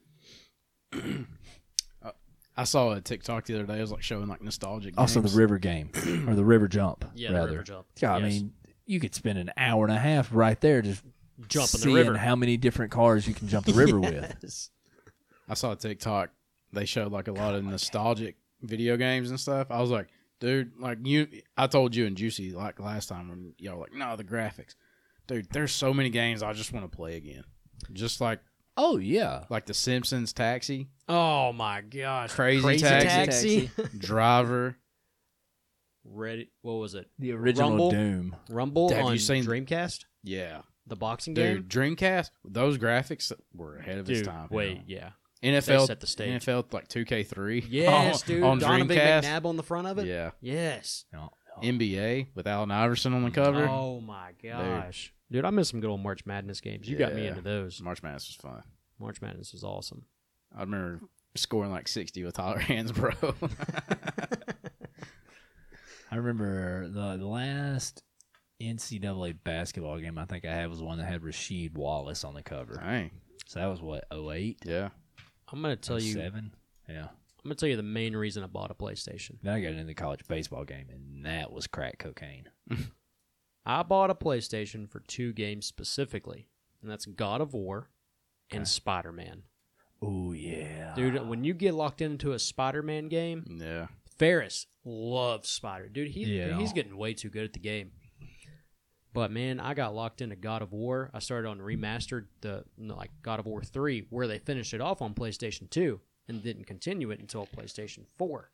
[SPEAKER 1] I saw a TikTok the other day. It was like showing like nostalgic.
[SPEAKER 2] also
[SPEAKER 1] games.
[SPEAKER 2] the river game or the river jump.
[SPEAKER 3] <clears throat> Yeah,
[SPEAKER 2] rather.
[SPEAKER 3] the river jump.
[SPEAKER 2] Yeah, I
[SPEAKER 3] Yes.
[SPEAKER 2] mean, you could spend an hour and a half right there just
[SPEAKER 3] jump in the
[SPEAKER 2] seeing
[SPEAKER 3] river.
[SPEAKER 2] how many different cars you can jump the
[SPEAKER 3] <laughs>
[SPEAKER 2] river with.
[SPEAKER 3] Yes.
[SPEAKER 1] I saw a TikTok. They showed like a lot of nostalgic video games and stuff. I was like, dude, like you, I told you and Juicy like last time when y'all were like, no, the graphics, dude. There's so many games I just want to play again. Just like
[SPEAKER 2] Oh yeah,
[SPEAKER 1] like The Simpsons
[SPEAKER 3] <laughs>
[SPEAKER 1] Taxi,
[SPEAKER 3] Oh my gosh!
[SPEAKER 1] Crazy Taxi.
[SPEAKER 2] Taxi.
[SPEAKER 1] Driver.
[SPEAKER 3] <laughs> Ready? What was it?
[SPEAKER 2] the original
[SPEAKER 3] Rumble.
[SPEAKER 2] Doom.
[SPEAKER 3] Rumble
[SPEAKER 1] Have you
[SPEAKER 3] on
[SPEAKER 1] seen-
[SPEAKER 3] Dreamcast,
[SPEAKER 1] Yeah,
[SPEAKER 3] the boxing
[SPEAKER 1] dude.
[SPEAKER 3] game.
[SPEAKER 1] Dreamcast. Those graphics were ahead of its
[SPEAKER 3] Dude,
[SPEAKER 1] time.
[SPEAKER 3] wait, yeah,
[SPEAKER 1] NFL
[SPEAKER 3] They set the stage. <laughs>
[SPEAKER 1] NFL like <laughs> 2K3.
[SPEAKER 3] yes, dude.
[SPEAKER 1] On
[SPEAKER 3] Donovan
[SPEAKER 1] Dreamcast.
[SPEAKER 3] McNabb on the front of it.
[SPEAKER 1] Yeah.
[SPEAKER 3] Yes.
[SPEAKER 1] NBA with Allen Iverson on the cover.
[SPEAKER 3] Oh my gosh, dude. I miss some good old March Madness games. You got me
[SPEAKER 1] Yeah.
[SPEAKER 3] into those.
[SPEAKER 1] March Madness was fun.
[SPEAKER 3] March Madness was awesome.
[SPEAKER 1] I remember scoring like 60 with Tyler
[SPEAKER 3] <laughs>
[SPEAKER 1] Hansbro.
[SPEAKER 2] I remember the the last NCAA basketball game I think I had was the one that had Rasheed Wallace on the cover.
[SPEAKER 1] Dang.
[SPEAKER 2] So that was what 08?
[SPEAKER 1] Yeah.
[SPEAKER 3] I'm gonna tell you. I'm
[SPEAKER 2] seven. Yeah.
[SPEAKER 3] gonna tell you the main reason I bought a PlayStation.
[SPEAKER 2] Then I got into the college baseball game, and that was crack cocaine.
[SPEAKER 3] I bought a PlayStation for two games specifically, and that's God of War and
[SPEAKER 2] Okay.
[SPEAKER 3] Spider Man.
[SPEAKER 2] Oh yeah,
[SPEAKER 3] Dude, when you get locked into a Spider Man game,
[SPEAKER 1] Yeah.
[SPEAKER 3] Ferris loves Spider. Dude, he
[SPEAKER 2] Yeah.
[SPEAKER 3] he's getting way too good at the game. But man, I got locked into God of War. I started on remastered the no, like God of War 3 where they finished it off on PlayStation 2 and didn't continue it until PlayStation 4.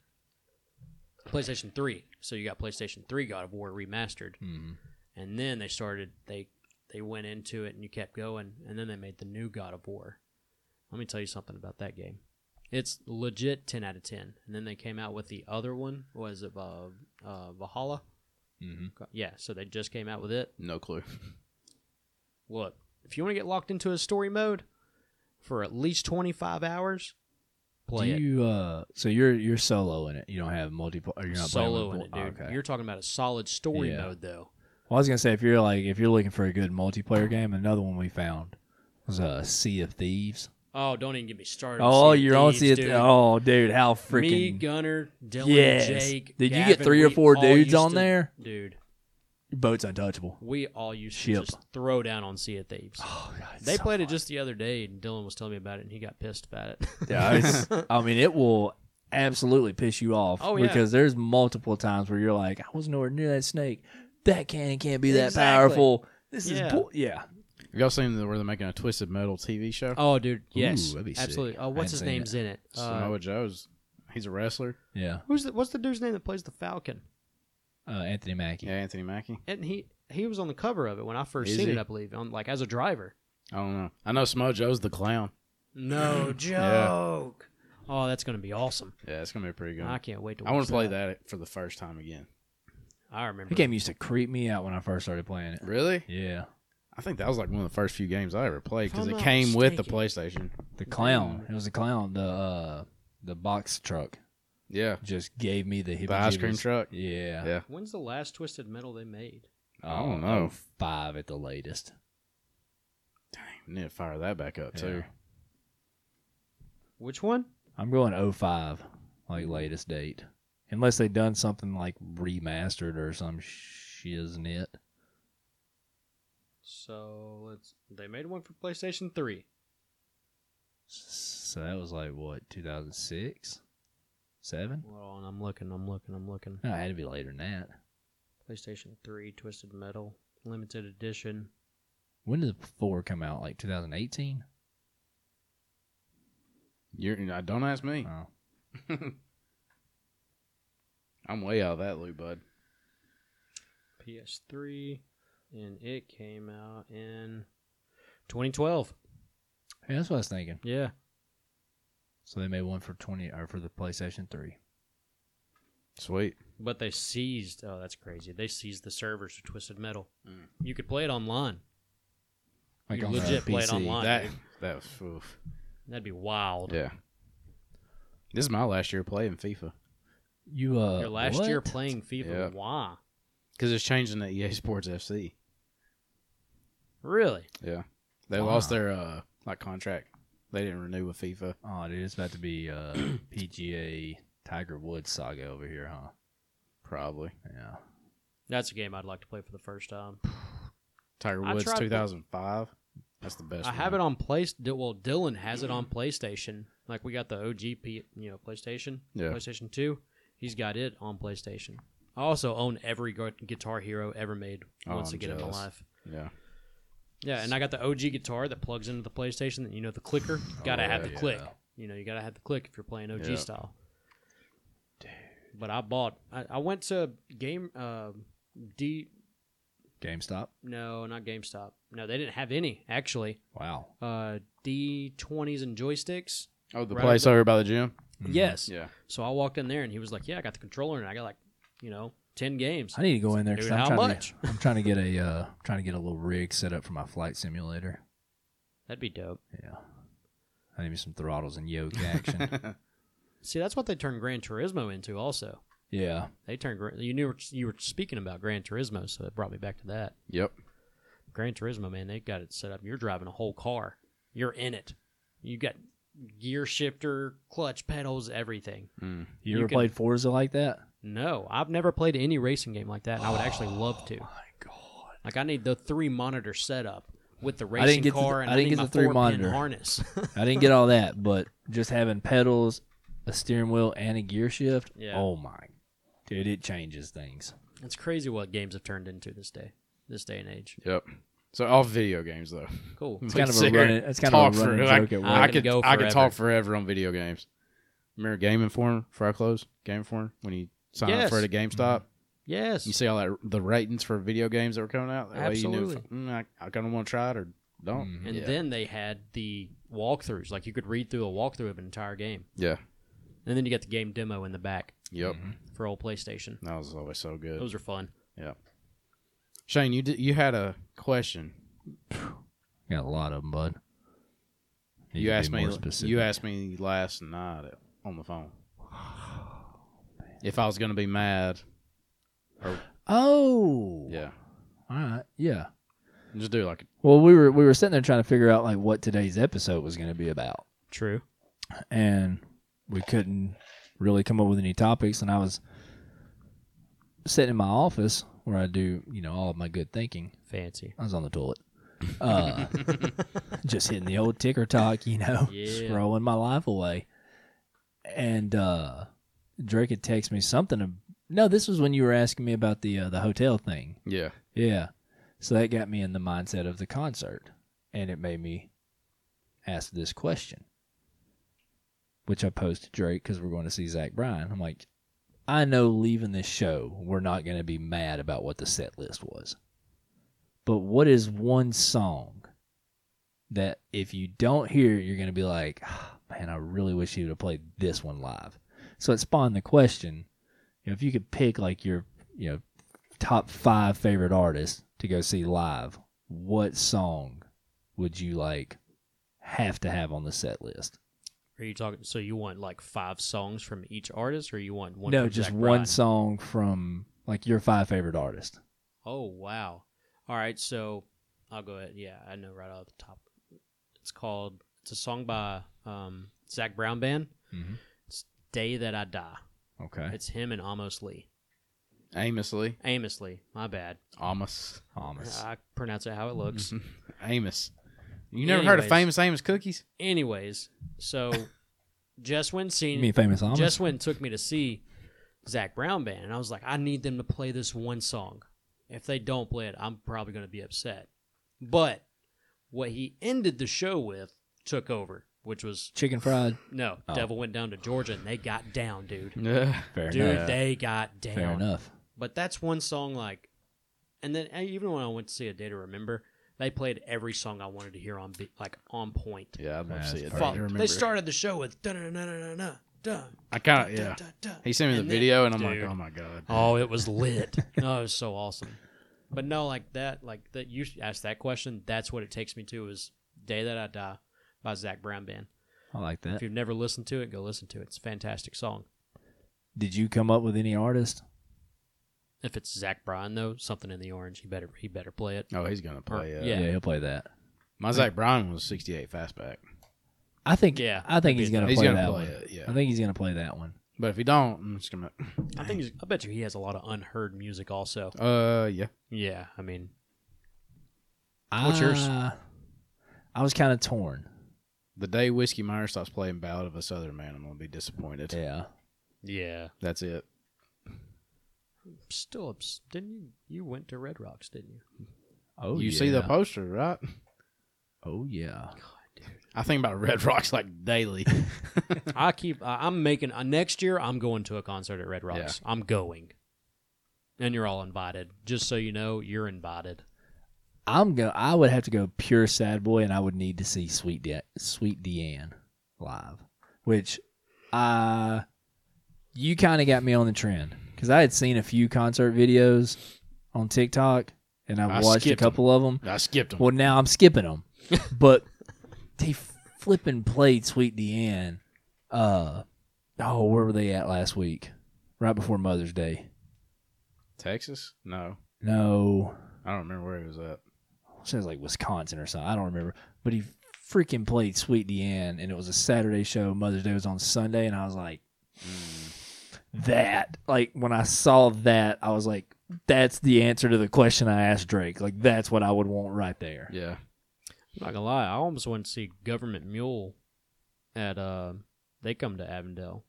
[SPEAKER 3] PlayStation 3. So you got PlayStation 3 God of War remastered.
[SPEAKER 2] Mhm.
[SPEAKER 3] And then they started they they went into it and you kept going and then they made the new God of War. Let me tell you something about that game. It's legit 10 out of 10. And then they came out with the other one. Was it uh, uh, Valhalla?
[SPEAKER 2] Mhm.
[SPEAKER 3] Yeah, so they just came out with it.
[SPEAKER 1] No clue.
[SPEAKER 3] Look, if you want to get locked into a story mode for at least 25 hours, play
[SPEAKER 2] Do
[SPEAKER 3] it.
[SPEAKER 2] you uh so you're you're solo in it. You don't have multiple or you're not playing
[SPEAKER 3] Solo in
[SPEAKER 2] with-
[SPEAKER 3] it, dude.
[SPEAKER 2] oh, okay.
[SPEAKER 3] You're talking about a solid story
[SPEAKER 2] Yeah.
[SPEAKER 3] mode, though.
[SPEAKER 2] well, I was gonna say if you're like if you're looking for a good multiplayer game, another one we found was uh Sea of Thieves.
[SPEAKER 3] Oh, don't even get me started.
[SPEAKER 2] Oh,
[SPEAKER 3] Sea of
[SPEAKER 2] you're on
[SPEAKER 3] Thieves,
[SPEAKER 2] Sea of
[SPEAKER 3] dude.
[SPEAKER 2] Thieves. Oh, dude, how
[SPEAKER 3] Me,
[SPEAKER 2] freaking
[SPEAKER 3] Gunner, Dylan,
[SPEAKER 2] Yes.
[SPEAKER 3] Jake.
[SPEAKER 2] Did you get
[SPEAKER 3] Gavin,
[SPEAKER 2] three or
[SPEAKER 3] we
[SPEAKER 2] four
[SPEAKER 3] all
[SPEAKER 2] dudes
[SPEAKER 3] used
[SPEAKER 2] on
[SPEAKER 3] to-
[SPEAKER 2] there?
[SPEAKER 3] Dude,
[SPEAKER 2] your boat's untouchable.
[SPEAKER 3] we all used
[SPEAKER 2] Ship.
[SPEAKER 3] to just throw down on Sea of Thieves.
[SPEAKER 2] Oh, God, it's
[SPEAKER 3] They
[SPEAKER 2] so
[SPEAKER 3] played it
[SPEAKER 2] fun.
[SPEAKER 3] just the other day, and Dylan was telling me about it, and he got pissed about
[SPEAKER 2] <laughs>
[SPEAKER 3] it. <laughs>
[SPEAKER 2] Yeah, it's, I mean, it will absolutely piss you off
[SPEAKER 3] Oh, yeah.
[SPEAKER 2] because there's multiple times where you're like, I was nowhere near that snake. That cannon can't be that
[SPEAKER 3] Exactly.
[SPEAKER 2] powerful. This
[SPEAKER 3] Yeah.
[SPEAKER 2] is bull-. yeah.
[SPEAKER 1] Have y'all seen the, where they're making a Twisted Metal TV show?
[SPEAKER 3] Oh, dude, yes,
[SPEAKER 1] that'd be sick.
[SPEAKER 3] absolutely. Oh,
[SPEAKER 2] haven't
[SPEAKER 3] what's his
[SPEAKER 2] seen
[SPEAKER 3] name's in it? Uh,
[SPEAKER 1] Samoa Joe's. He's a wrestler.
[SPEAKER 2] Yeah.
[SPEAKER 3] who's the, what's the dude's name that plays the Falcon?
[SPEAKER 2] Uh, Anthony Mackie.
[SPEAKER 1] Yeah, Anthony Mackie.
[SPEAKER 3] And he he was on the cover of it when I first
[SPEAKER 1] Is
[SPEAKER 3] seen
[SPEAKER 1] he?
[SPEAKER 3] it, I believe, on like as a driver.
[SPEAKER 1] I don't know. I know Samoa Joe's the clown.
[SPEAKER 3] <laughs> No joke. Oh, that's gonna be awesome.
[SPEAKER 1] Yeah, it's gonna be pretty good.
[SPEAKER 3] I
[SPEAKER 1] I,
[SPEAKER 3] can't wait to.
[SPEAKER 1] want
[SPEAKER 3] watch
[SPEAKER 1] to play that for the first time again.
[SPEAKER 3] I remember.
[SPEAKER 2] That game used to creep me out when I first started playing it.
[SPEAKER 1] Really?
[SPEAKER 2] Yeah.
[SPEAKER 1] I think that was like one of the first few games I ever played
[SPEAKER 3] If
[SPEAKER 1] because
[SPEAKER 3] I'm
[SPEAKER 1] it
[SPEAKER 3] not
[SPEAKER 1] came with the PlayStation.
[SPEAKER 2] The clown. It was the clown. The uh, the box truck
[SPEAKER 1] Yeah,
[SPEAKER 2] just gave me the
[SPEAKER 1] the ice cream
[SPEAKER 2] heebie-jeebies.
[SPEAKER 1] truck.
[SPEAKER 2] Yeah. Oh,
[SPEAKER 1] Yeah.
[SPEAKER 3] When's the last Twisted Metal they made?
[SPEAKER 1] I don't know.
[SPEAKER 2] Five at the latest.
[SPEAKER 1] We need to fire that back up too.
[SPEAKER 2] Yeah.
[SPEAKER 3] Which one?
[SPEAKER 2] I'm going 05, like latest date. Unless they done something like remastered or some shiznit.
[SPEAKER 3] So let's. They made one for PlayStation Three.
[SPEAKER 2] So that was like what 2006, seven.
[SPEAKER 3] Well, and I'm looking. I'm looking. I'm looking.
[SPEAKER 2] No, it had to be later than that.
[SPEAKER 3] PlayStation Three, Twisted Metal, limited edition.
[SPEAKER 2] When did the four come out? Like 2018.
[SPEAKER 1] You're, uh, don't ask me.
[SPEAKER 2] Oh,
[SPEAKER 1] I'm way out of that loop, bud.
[SPEAKER 3] PS3, and it came out in 2012.
[SPEAKER 2] yeah, that's what I was thinking.
[SPEAKER 3] Yeah.
[SPEAKER 2] So they made one for 20 or for the PlayStation 3.
[SPEAKER 1] Sweet.
[SPEAKER 3] But they seized. Oh, that's crazy. They seized the servers for Twisted Metal.
[SPEAKER 1] Mm.
[SPEAKER 3] You could play it online.
[SPEAKER 2] Like
[SPEAKER 3] You
[SPEAKER 2] the
[SPEAKER 3] legit play it
[SPEAKER 2] PC.
[SPEAKER 3] online.
[SPEAKER 1] That that was oof.
[SPEAKER 3] That'd be wild.
[SPEAKER 1] yeah. This is my last year playing FIFA
[SPEAKER 2] You uh,
[SPEAKER 3] Your last
[SPEAKER 2] what?
[SPEAKER 3] year playing FIFA.
[SPEAKER 1] Yeah.
[SPEAKER 3] Why?
[SPEAKER 1] because it's changing to EA Sports FC.
[SPEAKER 3] Really?
[SPEAKER 1] Yeah, they
[SPEAKER 2] Wow.
[SPEAKER 1] lost their uh like contract. They didn't renew with FIFA.
[SPEAKER 2] Oh, dude, it's about to be
[SPEAKER 3] <clears throat>
[SPEAKER 2] uh PGA Tiger Woods saga over here, huh?
[SPEAKER 1] Probably
[SPEAKER 2] Yeah.
[SPEAKER 3] That's a game I'd like to play for the first time.
[SPEAKER 1] Tiger
[SPEAKER 3] I
[SPEAKER 1] Woods
[SPEAKER 3] tried to-
[SPEAKER 1] 2005. That's the best.
[SPEAKER 3] I have it
[SPEAKER 1] one.
[SPEAKER 3] on play. Well, Dylan has it on PlayStation. Like we got the OG, P, you know, PlayStation,
[SPEAKER 1] Yeah.
[SPEAKER 3] PlayStation Two. He's got it on PlayStation. I also own every gu- Guitar Hero ever made
[SPEAKER 1] Oh,
[SPEAKER 3] once
[SPEAKER 1] I'm
[SPEAKER 3] again in my
[SPEAKER 1] jealous.
[SPEAKER 3] life.
[SPEAKER 1] Yeah,
[SPEAKER 3] Yeah, and I got the OG guitar that plugs into the PlayStation. That you know, the clicker. Gotta
[SPEAKER 2] Oh,
[SPEAKER 3] have the
[SPEAKER 2] yeah.
[SPEAKER 3] click. You know, you gotta have the click if you're playing OG
[SPEAKER 1] Yeah.
[SPEAKER 3] style. But I bought. I, I went to game. Uh, D.
[SPEAKER 2] GameStop.
[SPEAKER 3] No, not GameStop. No, they didn't have any actually.
[SPEAKER 2] Wow.
[SPEAKER 3] Uh, D twenties and joysticks.
[SPEAKER 1] Oh, the
[SPEAKER 3] Right
[SPEAKER 1] place
[SPEAKER 3] over-
[SPEAKER 1] over by the gym.
[SPEAKER 2] Mhm.
[SPEAKER 1] <laughs>
[SPEAKER 3] Yes.
[SPEAKER 1] Yeah,
[SPEAKER 3] So I walked in there and he was like, "Yeah, I got the controller and I got like, you know, ten games."
[SPEAKER 2] I need to go in there because
[SPEAKER 3] Dude,
[SPEAKER 2] I'm
[SPEAKER 3] how
[SPEAKER 2] trying
[SPEAKER 3] much?
[SPEAKER 2] to. I'm trying to get a. Uh, I'm trying to get a little rig set up for my flight simulator.
[SPEAKER 3] That'd be dope.
[SPEAKER 2] Yeah. I need me some throttles and yoke action.
[SPEAKER 1] <laughs>
[SPEAKER 3] See, that's what they turned Gran Turismo into. Also,
[SPEAKER 2] yeah.
[SPEAKER 3] they turned. Gran- You knew you were speaking about Gran Turismo, so it brought me back to that.
[SPEAKER 1] yep.
[SPEAKER 3] Gran Turismo, man, they got it set up. You're driving a whole car. You're in it. You got gear shifter, clutch pedals, everything.
[SPEAKER 1] Mm.
[SPEAKER 2] You,
[SPEAKER 3] You
[SPEAKER 2] ever
[SPEAKER 3] can-
[SPEAKER 2] played Forza like that?
[SPEAKER 3] No, I've never played any racing game like that, and I would actually love to.
[SPEAKER 2] Oh My God.
[SPEAKER 3] Like, I need the three monitor setup with the
[SPEAKER 2] didn't
[SPEAKER 3] racing
[SPEAKER 2] get the-
[SPEAKER 3] car, and
[SPEAKER 2] I
[SPEAKER 3] I,
[SPEAKER 2] didn't
[SPEAKER 3] need
[SPEAKER 2] get
[SPEAKER 3] my
[SPEAKER 2] the three
[SPEAKER 3] four
[SPEAKER 2] monitor.
[SPEAKER 3] pin harness. <laughs>
[SPEAKER 2] I didn't get all that, but just having pedals, a steering wheel, and a gear shift.
[SPEAKER 3] Yeah.
[SPEAKER 2] Oh my, dude, it changes things.
[SPEAKER 3] it's crazy what games have turned into this day, this day and age.
[SPEAKER 1] Yep. So off video games though.
[SPEAKER 3] Cool.
[SPEAKER 2] It's kind of a running. It's kind
[SPEAKER 1] talk
[SPEAKER 2] of a running
[SPEAKER 1] for,
[SPEAKER 2] joke
[SPEAKER 1] I,
[SPEAKER 2] at
[SPEAKER 1] I
[SPEAKER 2] work.
[SPEAKER 3] could
[SPEAKER 1] could
[SPEAKER 3] go
[SPEAKER 1] I could talk
[SPEAKER 3] forever.
[SPEAKER 1] forever on video games. Remember Game Informer before I close? Game Informer when you sign up for
[SPEAKER 3] Yes.
[SPEAKER 1] it at GameStop,
[SPEAKER 3] Yes.
[SPEAKER 1] you see all that the ratings for video games that were coming out. That way you knew if,
[SPEAKER 3] Absolutely.
[SPEAKER 1] mm, I, I kind of want to try it or don't.
[SPEAKER 2] Mhm.
[SPEAKER 3] and
[SPEAKER 1] yeah.
[SPEAKER 3] then they had the walkthroughs. Like, you could read through a walkthrough of an entire game.
[SPEAKER 1] yeah,
[SPEAKER 3] And then you got the game demo in the back
[SPEAKER 1] yep,
[SPEAKER 3] for old PlayStation.
[SPEAKER 1] that was always so good.
[SPEAKER 3] Those are fun.
[SPEAKER 1] Shane, you did, you had a question.
[SPEAKER 2] Got a lot of them, bud. Need
[SPEAKER 1] You,
[SPEAKER 2] to be
[SPEAKER 1] asked me.
[SPEAKER 2] more specific.
[SPEAKER 1] You asked me last night on the phone if I was going to be mad.
[SPEAKER 2] Oh.
[SPEAKER 1] Yeah,
[SPEAKER 2] All right. Yeah.
[SPEAKER 1] just do like
[SPEAKER 2] Well, we were we were sitting there trying to figure out like what today's episode was going to be about,
[SPEAKER 3] True.
[SPEAKER 2] and we couldn't really come up with any topics. And I was sitting in my office where I do you know all of my good thinking.
[SPEAKER 3] Fancy.
[SPEAKER 2] I was on the toilet, uh, <laughs> just hitting the old ticker talk, you know,
[SPEAKER 3] Yeah.
[SPEAKER 2] scrolling my life away. And uh, Drake had texted me something. ab- No, this was when you were asking me about the uh, the hotel thing.
[SPEAKER 1] yeah,
[SPEAKER 2] Yeah. So that got me in the mindset of the concert. and it made me ask this question, which I posed to Drake because we're going to see Zach Bryan. I'm like, I know leaving this show, we're not going to be mad about what the set list was, but what is one song that if you don't hear, it, you're going to be like, "Ah, man, I really wish you would have played this one live. So it spawned the question, you know, if you could pick like your, you know, top five favorite artists to go see live, what song would you like have to have on the set list?
[SPEAKER 3] Are you talking? So you want like five songs from each artist, or you want one?
[SPEAKER 2] no,
[SPEAKER 3] from
[SPEAKER 2] just
[SPEAKER 3] Zach
[SPEAKER 2] one
[SPEAKER 3] Bryan?
[SPEAKER 2] song from like your five favorite artists.
[SPEAKER 3] Oh wow! All right, so I'll go ahead. Yeah, I know right off the top. It's called. It's a song by um, Zach Brown Band.
[SPEAKER 2] Mhm.
[SPEAKER 3] It's "Day That I Die."
[SPEAKER 2] Okay.
[SPEAKER 3] It's him and Amos Lee.
[SPEAKER 1] Amos Lee.
[SPEAKER 3] Amos Lee. My bad.
[SPEAKER 1] Amos.
[SPEAKER 2] Thomas.
[SPEAKER 3] uh, I pronounce it how it
[SPEAKER 1] Mm-hmm.
[SPEAKER 3] looks.
[SPEAKER 1] <laughs> Amos. You never heard of
[SPEAKER 3] Anyways.
[SPEAKER 1] famous Amos <laughs> cookies?
[SPEAKER 3] Anyways, so Jess Wynn
[SPEAKER 2] You
[SPEAKER 3] seen
[SPEAKER 2] mean famous Thomas?
[SPEAKER 3] Jess Wynn took me to see Zach Brown Band, and I was like, I need them to play this one song. If they don't play it, I'm probably going to be upset. But what he ended the show with took over, which was
[SPEAKER 2] Chicken fried.
[SPEAKER 3] no
[SPEAKER 2] Oh.
[SPEAKER 3] devil went down to Georgia, and they got down, dude.
[SPEAKER 2] Fair
[SPEAKER 3] Dude,
[SPEAKER 2] enough.
[SPEAKER 3] they got down.
[SPEAKER 2] Fair enough.
[SPEAKER 3] But that's one song like, and then and even when I went to see a Day to Remember, they played every song I wanted to hear on be- like on point.
[SPEAKER 1] yeah, I'd love to
[SPEAKER 2] That's
[SPEAKER 1] see it.
[SPEAKER 2] perfect.
[SPEAKER 1] I
[SPEAKER 3] Fuck,
[SPEAKER 1] do remember.
[SPEAKER 3] They started the show with da da da da da da.
[SPEAKER 1] I kind of yeah. He sent me the
[SPEAKER 3] And then-
[SPEAKER 1] video, and I'm like,
[SPEAKER 3] Dude.
[SPEAKER 1] oh my god.
[SPEAKER 3] Oh, it <laughs> was lit. no, it was so awesome. But no, like that, like that. You asked that question. That's what it takes me to is "Day That I Die" by Zach Brown Band.
[SPEAKER 2] I like
[SPEAKER 3] If
[SPEAKER 2] that.
[SPEAKER 3] you've never listened to it, go listen to it. It's a fantastic song.
[SPEAKER 2] Did you come up with any artist?
[SPEAKER 3] If it's Zach Bryan though, something in the orange, he better he better play it.
[SPEAKER 1] Oh, he's gonna play it.
[SPEAKER 3] Yeah.
[SPEAKER 2] he'll play that.
[SPEAKER 1] My Zach Bryan was 68 fastback.
[SPEAKER 2] I think.
[SPEAKER 3] Yeah,
[SPEAKER 2] I think
[SPEAKER 3] that'd
[SPEAKER 2] he's
[SPEAKER 3] be-
[SPEAKER 2] gonna
[SPEAKER 1] He's
[SPEAKER 2] play
[SPEAKER 1] gonna
[SPEAKER 2] that
[SPEAKER 1] play
[SPEAKER 2] one.
[SPEAKER 1] it, yeah.
[SPEAKER 2] I think he's gonna play that one.
[SPEAKER 1] But if he don't, I'm just gonna. <clears throat>
[SPEAKER 3] I think he's, I bet you he has a lot of unheard music also.
[SPEAKER 1] Uh, yeah.
[SPEAKER 3] Yeah, I mean,
[SPEAKER 1] What's yours?
[SPEAKER 2] I- I was kind of torn.
[SPEAKER 1] The day Whiskey Meyer stops playing "Ballad of a Southern Man," I'm gonna be disappointed.
[SPEAKER 2] Yeah.
[SPEAKER 3] yeah.
[SPEAKER 1] That's it.
[SPEAKER 3] Still, ups- didn't you? You went to Red Rocks, didn't you?
[SPEAKER 2] Oh,
[SPEAKER 1] you see the poster, right?
[SPEAKER 2] Oh yeah.
[SPEAKER 1] I think about <laughs> Red Rocks like daily.
[SPEAKER 3] I keep. I I'm making uh, next year. I'm going to a concert at Red Rocks. I'm going, and you're all invited. Just so you know, you're invited.
[SPEAKER 2] I'm gonna. I would have to go pure sad boy, and I would need to see Sweet De- Sweet Deanne live, which, uh, you kind of got me on the trend because I had seen a few concert videos on TikTok, and I've
[SPEAKER 1] I
[SPEAKER 2] watched a
[SPEAKER 1] skipped 'em.
[SPEAKER 2] couple of them.
[SPEAKER 1] I skipped
[SPEAKER 2] <laughs>
[SPEAKER 1] him.
[SPEAKER 2] Well, now I'm
[SPEAKER 1] <laughs>
[SPEAKER 2] skipping them, but they flipping played Sweet Deanne. Uh, oh, where were they at last week? Right before Mother's Day.
[SPEAKER 1] Texas? No,
[SPEAKER 2] No,
[SPEAKER 1] I don't remember where he was at.
[SPEAKER 2] sounds like Wisconsin or something. I don't remember. But he freaking played Sweet Deanne, and it was a Saturday show. Mother's Day was on Sunday, and I was like,
[SPEAKER 1] Mm,
[SPEAKER 2] that. Like when I saw that, I was like, that's the answer to the question I asked Drake. Like that's what I would want right there.
[SPEAKER 1] Yeah,
[SPEAKER 3] I'm not gonna lie. I almost went to see Government Mule at. uh They come to Avondale,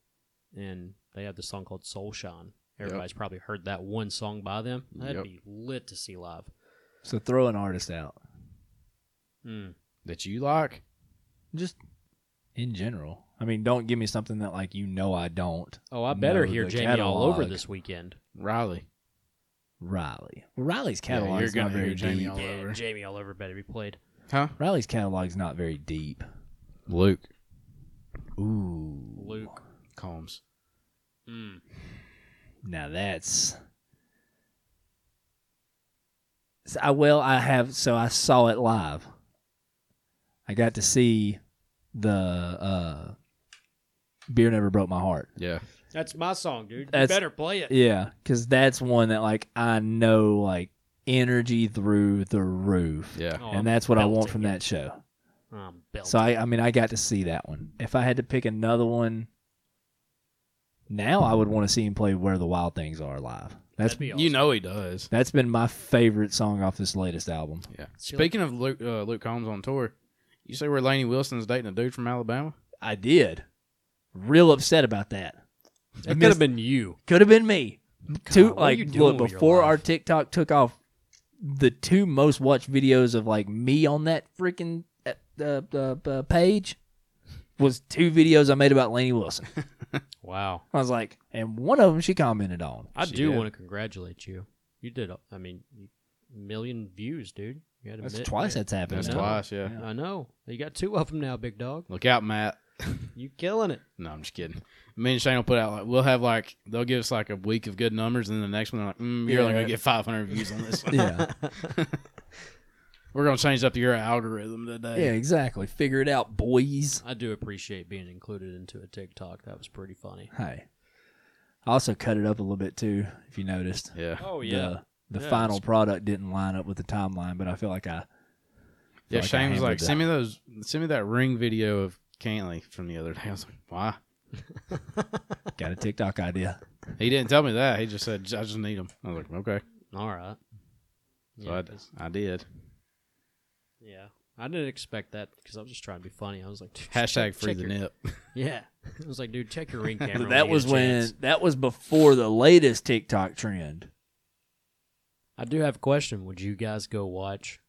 [SPEAKER 3] and they have this song called Soul Shine. Everybody's probably heard that one song by them. That'd
[SPEAKER 1] Yep.
[SPEAKER 3] be lit to see live.
[SPEAKER 2] So throw an artist out,
[SPEAKER 3] Mm.
[SPEAKER 1] that you like?
[SPEAKER 2] just in general. I mean, don't give me something that like you know I don't.
[SPEAKER 3] Oh, I better
[SPEAKER 2] No,
[SPEAKER 3] hear
[SPEAKER 2] the
[SPEAKER 3] Jamie all over
[SPEAKER 2] catalog.
[SPEAKER 3] this weekend.
[SPEAKER 1] Riley.
[SPEAKER 2] Riley. Well, Riley's catalog
[SPEAKER 1] you're
[SPEAKER 2] is not
[SPEAKER 1] gonna
[SPEAKER 2] very
[SPEAKER 1] hear Jamie
[SPEAKER 2] deep.
[SPEAKER 1] All
[SPEAKER 3] yeah,
[SPEAKER 1] over.
[SPEAKER 3] Jamie all over better be played.
[SPEAKER 1] Huh?
[SPEAKER 2] Riley's catalog's not very deep.
[SPEAKER 1] Luke
[SPEAKER 2] Ooh.
[SPEAKER 3] Luke.
[SPEAKER 1] Combs.
[SPEAKER 3] Mm.
[SPEAKER 2] Now that's. So I well I have so I saw it live. I got to see the uh, beer never broke my heart.
[SPEAKER 1] Yeah.
[SPEAKER 3] That's my song, dude.
[SPEAKER 2] That's-
[SPEAKER 3] you better play it.
[SPEAKER 2] Yeah, because that's one that like I know like energy through the roof,
[SPEAKER 1] Yeah.
[SPEAKER 3] Oh, I'm
[SPEAKER 2] and that's what I want
[SPEAKER 3] belting
[SPEAKER 2] from
[SPEAKER 3] it.
[SPEAKER 2] that show.
[SPEAKER 3] I'm belting.
[SPEAKER 2] So I, I mean, I got to see that one. If I had to pick another one, now I would want to see him play "Where the Wild Things Are" live. That's
[SPEAKER 3] That'd be
[SPEAKER 1] You
[SPEAKER 3] awesome.
[SPEAKER 1] know he does.
[SPEAKER 2] That's been my favorite song off this latest album.
[SPEAKER 1] Yeah.
[SPEAKER 3] See,
[SPEAKER 1] Speaking of Luke, uh, Luke Combs on tour, you say where Laney Wilson's dating a dude from Alabama?
[SPEAKER 2] I did. Real upset about that.
[SPEAKER 3] It could have been you.
[SPEAKER 2] Could have been me. Two
[SPEAKER 3] what are
[SPEAKER 2] like
[SPEAKER 3] you doing
[SPEAKER 2] look
[SPEAKER 3] with your
[SPEAKER 2] before
[SPEAKER 3] life?
[SPEAKER 2] our TikTok took off the two most watched videos of like me on that freaking uh, uh, uh, uh, page was two videos I made about Laney Wilson. <laughs>
[SPEAKER 3] Wow.
[SPEAKER 2] I was like, and one of them she commented on.
[SPEAKER 3] I
[SPEAKER 1] She
[SPEAKER 3] do
[SPEAKER 1] did.
[SPEAKER 3] want to congratulate you. You did. a- I mean, you- million views, dude. You had a
[SPEAKER 2] That's
[SPEAKER 3] mid-
[SPEAKER 2] twice that's happened.
[SPEAKER 1] That's
[SPEAKER 3] No. <laughs>
[SPEAKER 1] twice, yeah.
[SPEAKER 3] I know. You got two of them now, big dog.
[SPEAKER 1] Look out, Matt.
[SPEAKER 3] You killing it.
[SPEAKER 1] No, I'm just kidding. Me and Shane will put out like we'll have like they'll give us like a week of good numbers, and then the next one they're like mm, you're only
[SPEAKER 2] Yeah.
[SPEAKER 1] gonna get 500 views on this <laughs> one.
[SPEAKER 2] yeah,
[SPEAKER 1] We're gonna change up your algorithm today.
[SPEAKER 2] yeah, exactly. Figure it out, boys.
[SPEAKER 3] I do appreciate being included into a TikTok. That was pretty funny.
[SPEAKER 2] Hey, I also cut it up a little bit too. If you noticed,
[SPEAKER 1] Yeah, yeah.
[SPEAKER 3] Oh
[SPEAKER 2] the, the
[SPEAKER 3] Yeah,
[SPEAKER 2] final product didn't line up with the timeline, but I feel like I
[SPEAKER 1] Shane
[SPEAKER 2] like I
[SPEAKER 1] was
[SPEAKER 2] handled
[SPEAKER 1] like,
[SPEAKER 2] that.
[SPEAKER 1] send me those, send me that ring video of Cantley from the other day. I was like, why?
[SPEAKER 2] got a TikTok idea.
[SPEAKER 1] He didn't tell me that. He just said, I just need them. I was like, okay.
[SPEAKER 3] All right.
[SPEAKER 1] So
[SPEAKER 3] yeah,
[SPEAKER 1] I,
[SPEAKER 3] 'cause-
[SPEAKER 1] I did.
[SPEAKER 3] yeah. I didn't expect that because I was just trying to be funny. I was like, dude,
[SPEAKER 1] Hashtag
[SPEAKER 3] check-
[SPEAKER 1] free
[SPEAKER 3] check
[SPEAKER 1] the
[SPEAKER 3] your-
[SPEAKER 1] nip.
[SPEAKER 3] <laughs> Yeah. I was like, dude,
[SPEAKER 2] <laughs>
[SPEAKER 3] check your ring <laughs> camera. when
[SPEAKER 2] that
[SPEAKER 3] you
[SPEAKER 2] was
[SPEAKER 3] get a
[SPEAKER 2] when
[SPEAKER 3] chance.
[SPEAKER 2] that was before the latest TikTok trend.
[SPEAKER 3] I do have a question. Would you guys go watch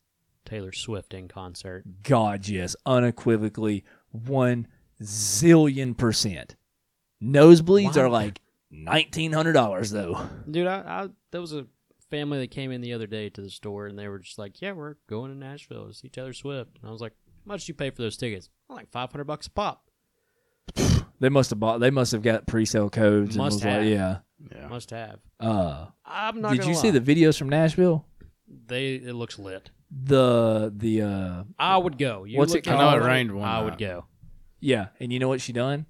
[SPEAKER 3] Taylor Swift in concert?
[SPEAKER 2] God, yes, unequivocally one zillion percent. Nosebleeds
[SPEAKER 3] Why?
[SPEAKER 2] are like nineteen hundred dollars though.
[SPEAKER 3] Dude, I, I there was a family that came in the other day to the store and they were just like, "Yeah, we're going to Nashville to see Taylor Swift." And I was like, "How much do you pay for those tickets?" "Oh, like five hundred bucks a pop.
[SPEAKER 2] They must have bought. They must have got pre-sale codes. and was
[SPEAKER 3] Must have.
[SPEAKER 2] Like, yeah.
[SPEAKER 1] Yeah.
[SPEAKER 3] Must have.
[SPEAKER 2] Uh,
[SPEAKER 3] I'm not.
[SPEAKER 2] did
[SPEAKER 3] gonna
[SPEAKER 2] you
[SPEAKER 3] lie.
[SPEAKER 2] see the videos from Nashville?
[SPEAKER 3] They it looks lit.
[SPEAKER 2] The the uh,
[SPEAKER 3] I would go. You
[SPEAKER 2] What's it
[SPEAKER 3] look
[SPEAKER 2] called?
[SPEAKER 3] at
[SPEAKER 2] I know it
[SPEAKER 1] rained one
[SPEAKER 3] I would
[SPEAKER 1] night.
[SPEAKER 3] go.
[SPEAKER 2] yeah, and you know what she done?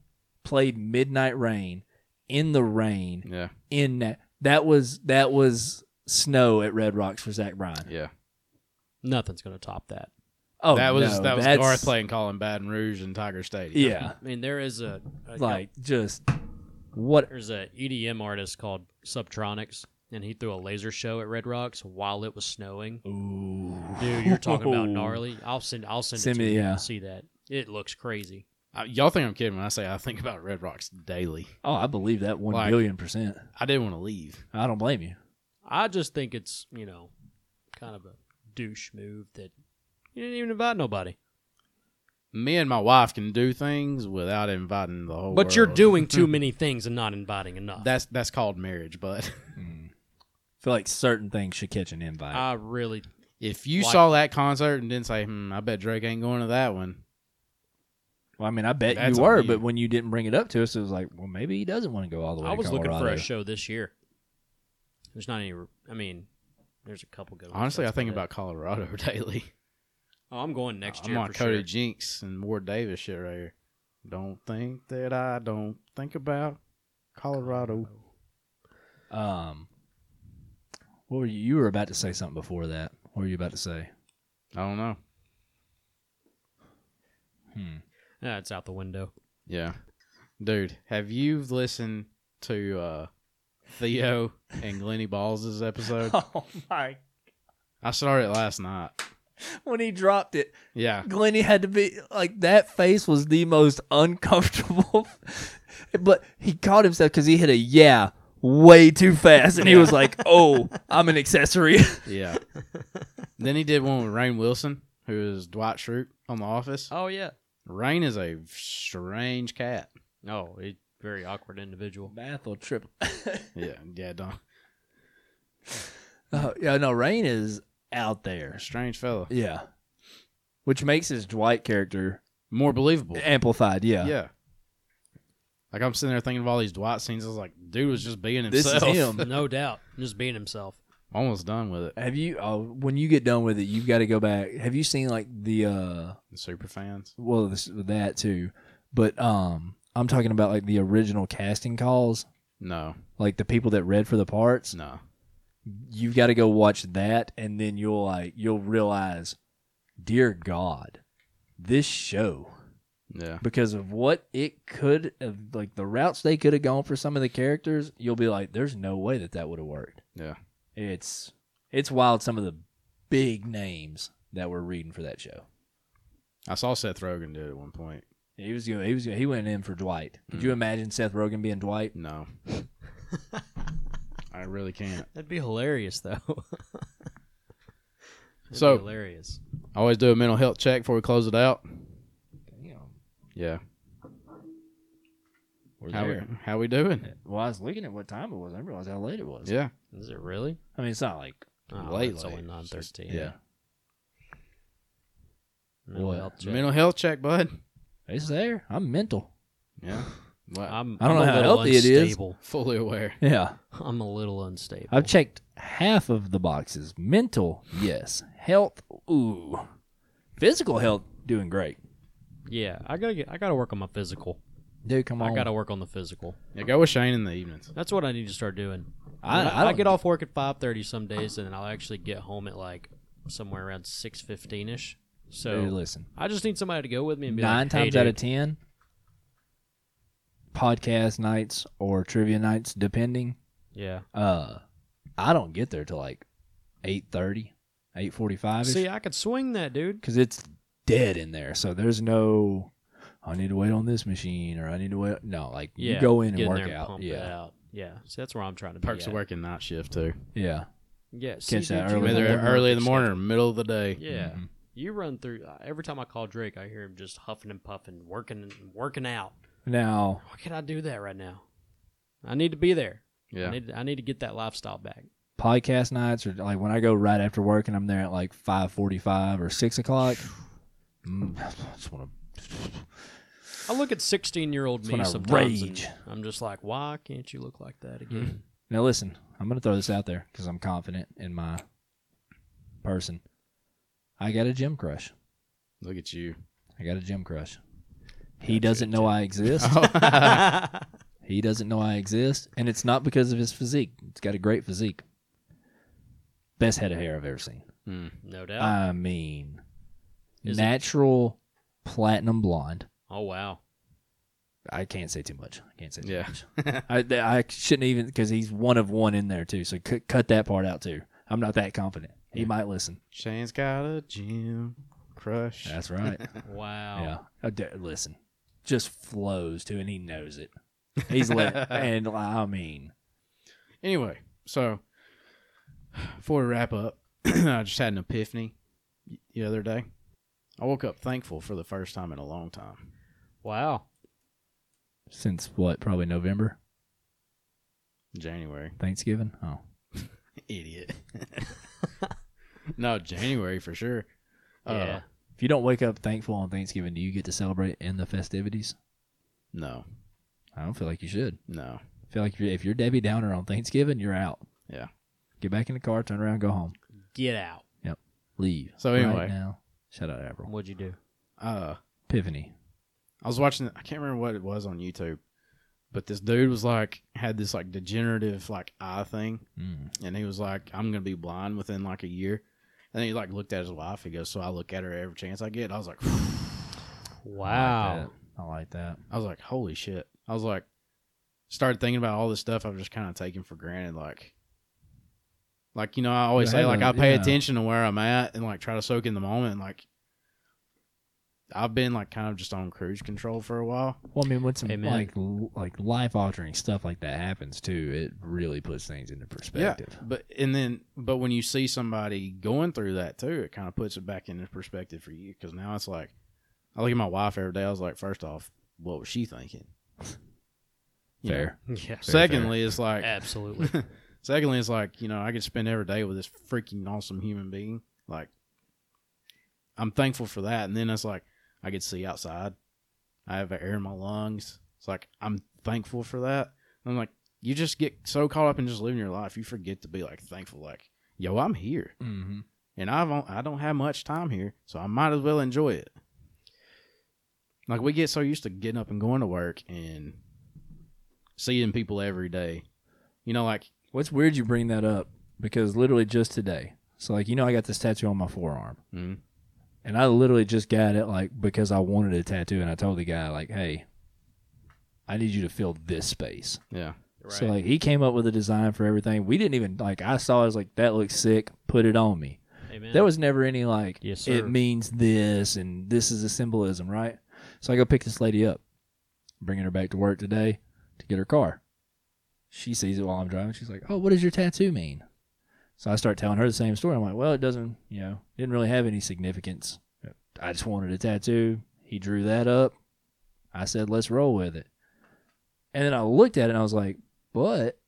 [SPEAKER 2] Played Midnight Rain in the rain
[SPEAKER 1] Yeah.
[SPEAKER 2] in that. That was that was snow at Red Rocks for Zach Bryan.
[SPEAKER 1] Yeah.
[SPEAKER 3] Nothing's gonna top that.
[SPEAKER 2] Oh,
[SPEAKER 1] that was,
[SPEAKER 2] no,
[SPEAKER 1] that was
[SPEAKER 2] that's-
[SPEAKER 1] Garth playing Colin Baton Rouge and Tiger Stadium.
[SPEAKER 2] <laughs> Yeah,
[SPEAKER 3] I mean, there is a, a
[SPEAKER 2] like just what?
[SPEAKER 3] there's a EDM artist called Subtronics, and he threw a laser show at Red Rocks while it was snowing.
[SPEAKER 2] Ooh,
[SPEAKER 3] Dude, you're
[SPEAKER 2] <laughs>
[SPEAKER 3] talking about gnarly. I'll send. I'll send,
[SPEAKER 2] Oh. Send
[SPEAKER 3] it to
[SPEAKER 2] me,
[SPEAKER 3] you.
[SPEAKER 2] yeah.
[SPEAKER 3] and See that? It looks crazy.
[SPEAKER 1] I, Uh, y'all think I'm kidding when I say I think about Red Rocks daily.
[SPEAKER 2] Oh, I believe that one billion
[SPEAKER 1] Like-
[SPEAKER 2] percent.
[SPEAKER 1] I didn't want to leave.
[SPEAKER 2] I don't blame you.
[SPEAKER 3] I just think it's you know, kind of a douche move that you didn't even invite nobody.
[SPEAKER 1] Me and my wife can do things without inviting the whole.
[SPEAKER 3] But you're
[SPEAKER 1] world. Uh,
[SPEAKER 3] doing too many things and not inviting enough.
[SPEAKER 1] That's that's called marriage. But <laughs>
[SPEAKER 2] I feel like certain things should catch an invite.
[SPEAKER 3] I really.
[SPEAKER 1] if you
[SPEAKER 3] Why-
[SPEAKER 1] saw that concert and didn't say, "Hmm, I bet Drake ain't going to that one,"
[SPEAKER 2] well, I mean, I bet
[SPEAKER 1] that's
[SPEAKER 2] you were,
[SPEAKER 1] on you.
[SPEAKER 2] but when you didn't bring it up to us, it was like, well, maybe he doesn't want to go all the way.
[SPEAKER 3] I
[SPEAKER 2] to
[SPEAKER 3] was looking for
[SPEAKER 2] Colorado.
[SPEAKER 3] a show this year. There's not any. I mean, there's a couple good. ones.
[SPEAKER 1] honestly, I
[SPEAKER 3] That's
[SPEAKER 1] think
[SPEAKER 3] about
[SPEAKER 1] about Colorado <laughs> daily.
[SPEAKER 3] it. Oh, I'm going next
[SPEAKER 1] I'm
[SPEAKER 3] year
[SPEAKER 1] on
[SPEAKER 3] for
[SPEAKER 1] Cody
[SPEAKER 3] sure.
[SPEAKER 1] Jinks and Ward Davis shit right here. Don't think that I don't think about Colorado.
[SPEAKER 2] Um, what were you? You were about to say something before that. What were you about to say?
[SPEAKER 1] I don't know.
[SPEAKER 2] Hmm.
[SPEAKER 3] Yeah, it's out the window.
[SPEAKER 1] Yeah, dude, have you listened to uh, Theo and Glenny Balls'
[SPEAKER 2] <laughs>
[SPEAKER 1] episode?
[SPEAKER 2] Oh my!
[SPEAKER 1] I started last night.
[SPEAKER 2] When he dropped it,
[SPEAKER 1] Yeah,
[SPEAKER 2] Glenny had to be like that face was the most uncomfortable. <laughs> but he caught himself because he hit a yeah way too fast, and he was like, "Oh, I'm an <laughs> accessory."
[SPEAKER 1] yeah. then he did one with Rain Wilson, who is Dwight Schrute on The Office.
[SPEAKER 3] Oh yeah.
[SPEAKER 1] Rain is a strange cat. Oh,
[SPEAKER 3] No, a very awkward individual.
[SPEAKER 2] Math will <laughs> trip.
[SPEAKER 1] Yeah, yeah, don't.
[SPEAKER 2] Oh, yeah, no, Rain is out there.
[SPEAKER 1] Strange fella.
[SPEAKER 2] Yeah, which makes his Dwight character
[SPEAKER 1] More believable.
[SPEAKER 2] amplified. Yeah,
[SPEAKER 1] Yeah. Like I'm sitting there thinking of all these Dwight scenes. I was like, dude was just being
[SPEAKER 2] This is
[SPEAKER 1] himself.
[SPEAKER 2] him.
[SPEAKER 3] No doubt, just being himself.
[SPEAKER 1] <laughs> Almost done with it.
[SPEAKER 2] Have you? Oh, when you get done with it, you've got to go back. Have you seen like the? uh
[SPEAKER 1] The super fans.
[SPEAKER 2] well this, that too but um i'm talking about like the original casting calls
[SPEAKER 1] No,
[SPEAKER 2] like the people that read for the parts
[SPEAKER 1] no.
[SPEAKER 2] you've got to go watch that and then you'll like you'll realize dear god this show
[SPEAKER 1] Yeah,
[SPEAKER 2] because of what it could have like the routes they could have gone for some of the characters you'll be like there's no way that that would have worked
[SPEAKER 1] yeah.
[SPEAKER 2] it's it's wild some of the big names that were reading for that show
[SPEAKER 1] I saw Seth Rogen do it at one point.
[SPEAKER 2] he was going he was he went in for dwight could
[SPEAKER 1] Mm.
[SPEAKER 2] you imagine seth rogen being dwight
[SPEAKER 1] No, <laughs> I really can't.
[SPEAKER 3] <laughs> That'd be hilarious, though. That'd be
[SPEAKER 1] So-
[SPEAKER 3] hilarious.
[SPEAKER 1] I always do a mental health check before we close it out.
[SPEAKER 2] Damn.
[SPEAKER 1] Yeah.
[SPEAKER 2] We're
[SPEAKER 1] How we,
[SPEAKER 2] there.
[SPEAKER 1] how we doing?
[SPEAKER 2] Well, I was looking at what time it was. I didn't realize how late it was.
[SPEAKER 1] Yeah.
[SPEAKER 3] Is it really?
[SPEAKER 2] I mean, it's not like
[SPEAKER 3] Oh,
[SPEAKER 1] Late,
[SPEAKER 3] it's
[SPEAKER 1] late.
[SPEAKER 3] only nine thirteen.
[SPEAKER 1] Yeah.
[SPEAKER 3] Mental
[SPEAKER 2] What?
[SPEAKER 3] health check.
[SPEAKER 1] Mental health check, bud.
[SPEAKER 2] it's there. I'm mental.
[SPEAKER 3] <sighs>
[SPEAKER 1] Yeah. Well,
[SPEAKER 3] I'm,
[SPEAKER 2] I don't know
[SPEAKER 3] I'm a
[SPEAKER 2] how
[SPEAKER 3] little
[SPEAKER 2] healthy it is.
[SPEAKER 3] unstable.
[SPEAKER 1] fully aware.
[SPEAKER 2] Yeah.
[SPEAKER 3] I'm a little unstable.
[SPEAKER 2] I've checked half of the boxes. Mental, yes. Health, ooh. Physical health, doing great.
[SPEAKER 3] yeah, I gotta get. I gotta work on my physical.
[SPEAKER 2] Dude, come on.
[SPEAKER 3] I gotta work on the physical.
[SPEAKER 1] Yeah, go with Shane in the evenings.
[SPEAKER 3] That's what I need to start doing.
[SPEAKER 2] I,
[SPEAKER 3] When
[SPEAKER 2] I,
[SPEAKER 3] I get off work at five thirty some days, and then I'll actually get home at like somewhere around six fifteen ish. So
[SPEAKER 2] Dude, listen.
[SPEAKER 3] I just need somebody to go with me and be
[SPEAKER 2] Nine
[SPEAKER 3] like, "Hey,
[SPEAKER 2] times out of
[SPEAKER 3] dude."
[SPEAKER 2] ten, podcast nights or trivia nights, depending.
[SPEAKER 3] Yeah.
[SPEAKER 2] Uh, I don't get there till like 8.30, 8.45.
[SPEAKER 3] See, I could swing that, dude.
[SPEAKER 2] because it's dead in there. So there's no, I need to wait on this machine or I need to wait. No, like
[SPEAKER 3] Yeah.
[SPEAKER 2] you go in
[SPEAKER 3] get
[SPEAKER 2] and work
[SPEAKER 3] there and
[SPEAKER 2] out.
[SPEAKER 3] pump it
[SPEAKER 2] Yeah,
[SPEAKER 3] out. Yeah. See, that's where I'm trying to be.
[SPEAKER 1] Perks
[SPEAKER 3] at.
[SPEAKER 1] of working night shift too.
[SPEAKER 2] yeah.
[SPEAKER 3] Yeah.
[SPEAKER 2] Catch that
[SPEAKER 3] you
[SPEAKER 2] early
[SPEAKER 3] run
[SPEAKER 1] Whether
[SPEAKER 2] in
[SPEAKER 3] through
[SPEAKER 2] the
[SPEAKER 1] early in the
[SPEAKER 3] schedule.
[SPEAKER 1] morning or middle of the day.
[SPEAKER 3] Yeah.
[SPEAKER 2] Mhm.
[SPEAKER 3] You run through uh, every time I call Drake, I hear him just huffing and puffing, working and working out.
[SPEAKER 2] Now
[SPEAKER 3] Why can't I do that right now? I need to be there. I
[SPEAKER 1] Yeah.
[SPEAKER 3] need I need to get that lifestyle back.
[SPEAKER 2] podcast nights or like when I go right after work and I'm there at like five forty-five or six o'clock. mm, I just want to.
[SPEAKER 3] I look at sixteen year old
[SPEAKER 2] That's
[SPEAKER 3] me
[SPEAKER 2] when I
[SPEAKER 3] sometimes. and
[SPEAKER 2] rage.
[SPEAKER 3] I'm just like, why can't you look like
[SPEAKER 2] <laughs>
[SPEAKER 3] that again? <laughs>
[SPEAKER 2] Now listen, I'm gonna throw this out there because I'm confident in my person. I got a gym crush.
[SPEAKER 1] Look at
[SPEAKER 3] <laughs>
[SPEAKER 1] you. <laughs>
[SPEAKER 2] I got a gym crush. He doesn't know I exist.
[SPEAKER 1] Hmm.
[SPEAKER 2] He doesn't know I exist, and it's not because of his physique. It's got a great physique. Best head of hair I've ever seen.
[SPEAKER 1] Hmm.
[SPEAKER 3] no doubt.
[SPEAKER 2] I mean,
[SPEAKER 3] Is it-
[SPEAKER 2] natural platinum blonde.
[SPEAKER 3] oh wow.
[SPEAKER 2] I can't say too much. I can't say too
[SPEAKER 1] Yeah.
[SPEAKER 2] much.
[SPEAKER 1] <laughs>
[SPEAKER 2] I, th- I shouldn't even because he's one of one in there too. So c- cut that part out too. I'm not that confident. He
[SPEAKER 1] Yeah.
[SPEAKER 2] might listen.
[SPEAKER 1] Shane's got a gym crush. <laughs>
[SPEAKER 2] That's right.
[SPEAKER 3] Wow.
[SPEAKER 1] Oh.
[SPEAKER 2] yeah. I d- listen, just flows too, and he knows it.
[SPEAKER 1] <laughs>
[SPEAKER 2] He's lit, and I mean,
[SPEAKER 1] Anyway, so before we wrap up, <clears throat> I just had an epiphany the other day. I woke up thankful for the first time in a long time.
[SPEAKER 3] Wow.
[SPEAKER 2] since what? Probably November,
[SPEAKER 1] January.
[SPEAKER 2] Thanksgiving. Oh.
[SPEAKER 1] Idiot. <laughs> no, January for sure.
[SPEAKER 3] yeah.
[SPEAKER 1] Uh,
[SPEAKER 2] If you don't wake up thankful on Thanksgiving, do you get to celebrate in the festivities?
[SPEAKER 1] No,
[SPEAKER 2] I don't feel like you should.
[SPEAKER 1] no.
[SPEAKER 2] I feel like if you're, if you're Debbie Downer on Thanksgiving, you're out.
[SPEAKER 1] Yeah.
[SPEAKER 2] Get back in the car, turn around, go home,
[SPEAKER 3] Get out.
[SPEAKER 2] leave.
[SPEAKER 1] So
[SPEAKER 2] Right
[SPEAKER 1] anyway.
[SPEAKER 2] now, shout out Avril.
[SPEAKER 3] What'd you do?
[SPEAKER 1] Uh,
[SPEAKER 2] Pivoty.
[SPEAKER 1] I was watching. I can't remember what it was on YouTube, but this dude was like had this like degenerative like eye thing,
[SPEAKER 2] Mm.
[SPEAKER 1] and he was like, "I'm gonna be blind within like a year." And then he like looked at his wife. He goes, "So I look at her every chance I get." I was like,
[SPEAKER 2] Oh.
[SPEAKER 3] Wow.
[SPEAKER 2] I like that.
[SPEAKER 1] I was like, "Holy shit!" I was like, started thinking about all this stuff I've just kind of taken for granted, like. Like you know, I always
[SPEAKER 2] Yeah,
[SPEAKER 1] say
[SPEAKER 2] I
[SPEAKER 1] like
[SPEAKER 2] know,
[SPEAKER 1] I pay
[SPEAKER 2] yeah.
[SPEAKER 1] attention to where I'm at and like try to soak in the moment. Like I've been like kind of just on cruise control for a while.
[SPEAKER 2] Well, I mean, when some
[SPEAKER 3] Amen.
[SPEAKER 2] like l- like life altering stuff like that happens too, it really puts things into perspective.
[SPEAKER 1] Yeah, but and then but when you see somebody going through that too, it kind of puts it back into perspective for you because now it's like I look at my wife every day. I was like, first off, what was she thinking? <laughs> You know?
[SPEAKER 2] Fair.
[SPEAKER 3] <laughs> Yeah.
[SPEAKER 1] Secondly, it's like
[SPEAKER 2] <laughs>
[SPEAKER 3] Absolutely.
[SPEAKER 1] secondly, it's like you know I could spend every day with this freaking awesome human being. Like I'm thankful for that, and then it's like I could see outside. I have air in my lungs. It's like I'm thankful for that. And I'm like you just get so caught up in just living your life, you forget to be like thankful. Like yo, I'm here,
[SPEAKER 2] Mm-hmm.
[SPEAKER 1] and I've on, I don't have much time here, so I might as well enjoy it. Like we get so used to getting up and going to work and seeing people every day. You know, like
[SPEAKER 2] What's weird you bring that up because literally just today. So like you know I got this tattoo on my forearm.
[SPEAKER 1] Mhm.
[SPEAKER 2] And I literally just got it like because I wanted a tattoo and I told the guy like, "Hey, I need you to fill this space."
[SPEAKER 1] yeah.
[SPEAKER 3] Right.
[SPEAKER 2] So like he came up with a design for everything. We didn't even like I saw it I was like that looks sick, put it on me.
[SPEAKER 3] Amen.
[SPEAKER 2] There was never any like
[SPEAKER 3] Yes, sir.
[SPEAKER 2] it means this and this is a symbolism, right? So I go pick this lady up, bringing her back to work today to get her car. She sees it while I'm driving. She's like, "Oh, what does your tattoo mean?" So I start telling her the same story. I'm like, well, it doesn't, you know, didn't really have any significance. I just wanted a tattoo. He drew that up. I said, let's roll with it. And then I looked at it and I was like, but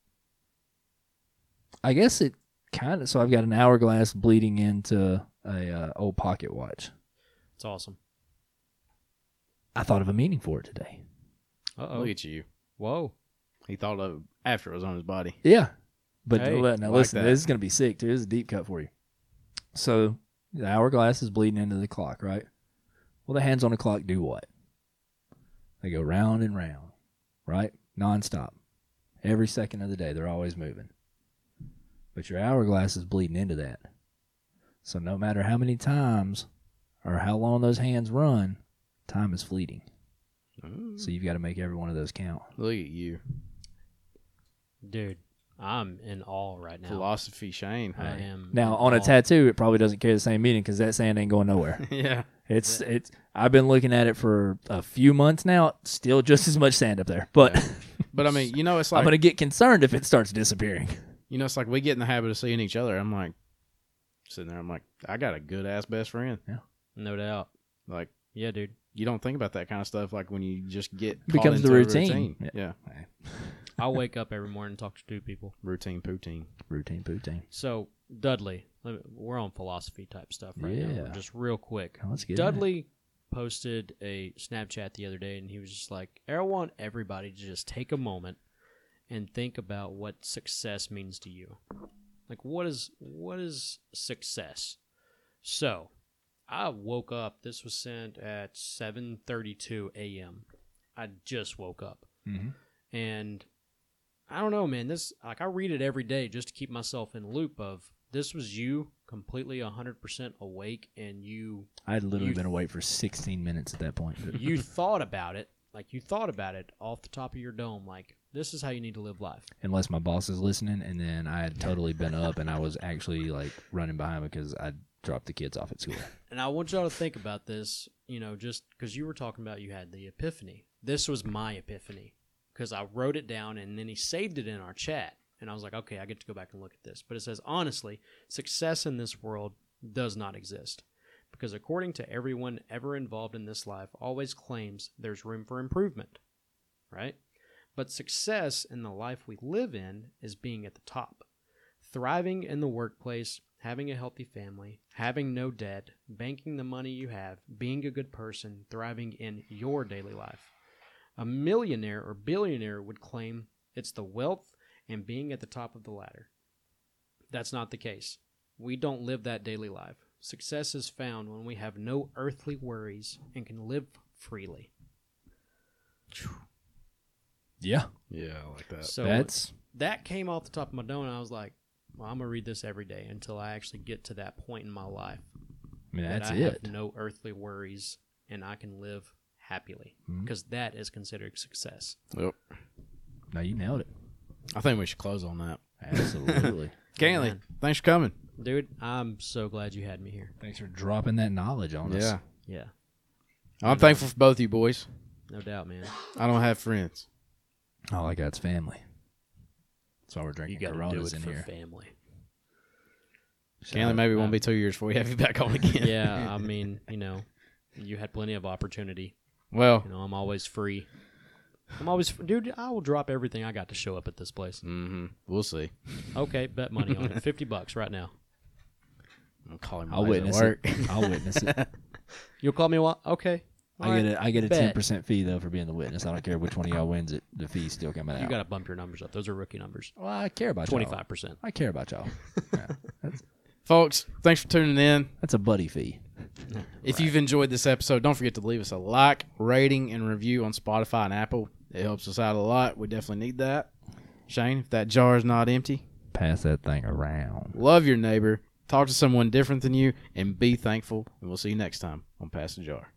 [SPEAKER 2] I guess it kind of. So I've got an hourglass bleeding into a uh, old pocket watch.
[SPEAKER 3] It's awesome.
[SPEAKER 2] I thought of a meaning for it today.
[SPEAKER 3] Uh
[SPEAKER 1] Look
[SPEAKER 3] oh.
[SPEAKER 1] at you.
[SPEAKER 3] Whoa.
[SPEAKER 1] He thought of after it was on his body.
[SPEAKER 2] Yeah. But
[SPEAKER 3] Hey,
[SPEAKER 2] li- now
[SPEAKER 1] like
[SPEAKER 2] listen,
[SPEAKER 1] that.
[SPEAKER 2] this is going to be sick, too. This is a deep cut for you. So the hourglass is bleeding into the clock, right? Well, the hands on the clock do what? They go round and round, right? Nonstop. Every second of the day, they're always moving. But your hourglass is bleeding into that. So no matter how many times or how long those hands run, time is fleeting. So you've got to make every one of those count.
[SPEAKER 1] Look at you.
[SPEAKER 3] Dude, I'm in awe right now.
[SPEAKER 1] Philosophy Shane.
[SPEAKER 3] I
[SPEAKER 1] hey.
[SPEAKER 3] am.
[SPEAKER 2] Now,
[SPEAKER 3] in
[SPEAKER 2] on a
[SPEAKER 1] Oh.
[SPEAKER 3] awe.
[SPEAKER 2] tattoo, it probably doesn't carry the same meaning because that sand ain't going nowhere.
[SPEAKER 1] <laughs> yeah.
[SPEAKER 2] It's it's. I've been looking at it for a few months now. Still, just as much sand up there, but
[SPEAKER 1] But I mean, you know, it's
[SPEAKER 2] <laughs> I'm
[SPEAKER 1] like
[SPEAKER 2] gonna get concerned if it starts disappearing.
[SPEAKER 1] you know, it's like we get in the habit of seeing each other. I'm like sitting there. I'm like, I got a good ass best friend.
[SPEAKER 3] No doubt.
[SPEAKER 1] Like
[SPEAKER 3] Yeah, dude.
[SPEAKER 1] you don't think about that kind of stuff. Like when you just get caught
[SPEAKER 2] Becomes
[SPEAKER 1] into
[SPEAKER 2] the
[SPEAKER 1] a
[SPEAKER 2] routine.
[SPEAKER 1] Yeah.
[SPEAKER 2] Yeah.
[SPEAKER 3] I wake up every morning and talk to two people.
[SPEAKER 1] routine poutine.
[SPEAKER 2] Routine poutine.
[SPEAKER 3] So, Dudley, let me, we're on philosophy type stuff right now.
[SPEAKER 2] Yeah.
[SPEAKER 3] Just real quick.
[SPEAKER 2] Now, Let's get in it.
[SPEAKER 3] Dudley posted a Snapchat the other day, and he was just like, "I want everybody to just take a moment and think about what success means to you. Like, what is what is success?" So, I woke up. This was sent at 7:32 a.m. I just woke up,
[SPEAKER 2] Mhm.
[SPEAKER 3] and I don't know, man. This like I read it every day just to keep myself in loop of this was you completely 100% awake and you
[SPEAKER 2] I'd literally
[SPEAKER 3] you-
[SPEAKER 2] been awake for 16 minutes at that point.
[SPEAKER 3] you thought about it, like you thought about it off the top of your dome, like this is how you need to live life.
[SPEAKER 2] Unless my boss is listening, and then I had totally been up, and I was actually like running behind because I dropped the kids off at school.
[SPEAKER 3] And I want y'all to think about this, you know, just because you were talking about you had the epiphany. This was my epiphany because I wrote it down and then he saved it in our chat. And I was like, okay, I get to go back and look at this. But it says, honestly, success in this world does not exist because, according to everyone ever involved in this life, always claims there's room for improvement, right? But success in the life we live in is being at the top thriving in the workplace, having a healthy family, having no debt, banking the money you have, being a good person, thriving in your daily life. A millionaire or billionaire would claim it's the wealth and being at the top of the ladder. That's not the case. We don't live that daily life. Success is found when we have no earthly worries and can live freely.
[SPEAKER 2] yeah,
[SPEAKER 1] Yeah, I like that.
[SPEAKER 3] So
[SPEAKER 2] that's
[SPEAKER 3] that came off the top of my dome, and I was like, well, I'm gonna read this every day until I actually get to that point in my life
[SPEAKER 2] I mean,
[SPEAKER 3] that
[SPEAKER 2] that's
[SPEAKER 3] I
[SPEAKER 2] it.
[SPEAKER 3] have no earthly worries and I can live happily
[SPEAKER 2] Mhm.
[SPEAKER 3] because that is considered success.
[SPEAKER 1] Yep.
[SPEAKER 2] No, you nailed
[SPEAKER 3] <laughs>
[SPEAKER 2] it.
[SPEAKER 1] I think we should close on that.
[SPEAKER 2] Absolutely.
[SPEAKER 1] Canley,
[SPEAKER 3] Amen.
[SPEAKER 1] thanks for coming.
[SPEAKER 3] Dude, I'm so glad you had me here.
[SPEAKER 2] Thanks for dropping that knowledge on us.
[SPEAKER 3] Yeah,
[SPEAKER 1] I'm thankful for both you boys.
[SPEAKER 3] no doubt, man.
[SPEAKER 1] I don't have friends.
[SPEAKER 2] All I got's family. That's why we're
[SPEAKER 3] You
[SPEAKER 2] drinking
[SPEAKER 3] got to do
[SPEAKER 2] Coronas
[SPEAKER 3] it
[SPEAKER 2] in
[SPEAKER 3] for
[SPEAKER 2] here.
[SPEAKER 3] family.
[SPEAKER 1] Canley, maybe it won't be two years before we have you back on again.
[SPEAKER 3] <laughs> yeah, I mean, you know, you had plenty of opportunity.
[SPEAKER 1] Well,
[SPEAKER 3] You know, I'm always free. I'm always, dude. I will drop everything I got to show up at this place.
[SPEAKER 1] hmm we'll see.
[SPEAKER 3] Okay, bet money <laughs> on it. Fifty bucks right now.
[SPEAKER 1] I'm calling
[SPEAKER 2] I'll witness it. <laughs> I'll witness it.
[SPEAKER 3] <laughs> You'll call me what? Okay.
[SPEAKER 2] I get a I get a
[SPEAKER 3] Bet.
[SPEAKER 2] ten percent fee though for being the witness. I don't care which one of y'all wins it. The fee's still coming out.
[SPEAKER 3] You got to bump your numbers up. Those are rookie numbers.
[SPEAKER 2] well, I care about y'all.
[SPEAKER 3] Twenty five percent.
[SPEAKER 2] I care about
[SPEAKER 3] <laughs>
[SPEAKER 2] y'all. Yeah. That's,
[SPEAKER 1] <laughs> Folks, thanks for tuning in.
[SPEAKER 2] that's a buddy fee.
[SPEAKER 1] If you've enjoyed this episode, don't forget to leave us a like, rating, and review on Spotify and Apple. It helps us out a lot. We definitely need that. Shane, if that jar is not empty,
[SPEAKER 2] Pass that thing around.
[SPEAKER 1] love your neighbor, talk to someone different than you, and be thankful. And we'll see you next time on Pass the Jar.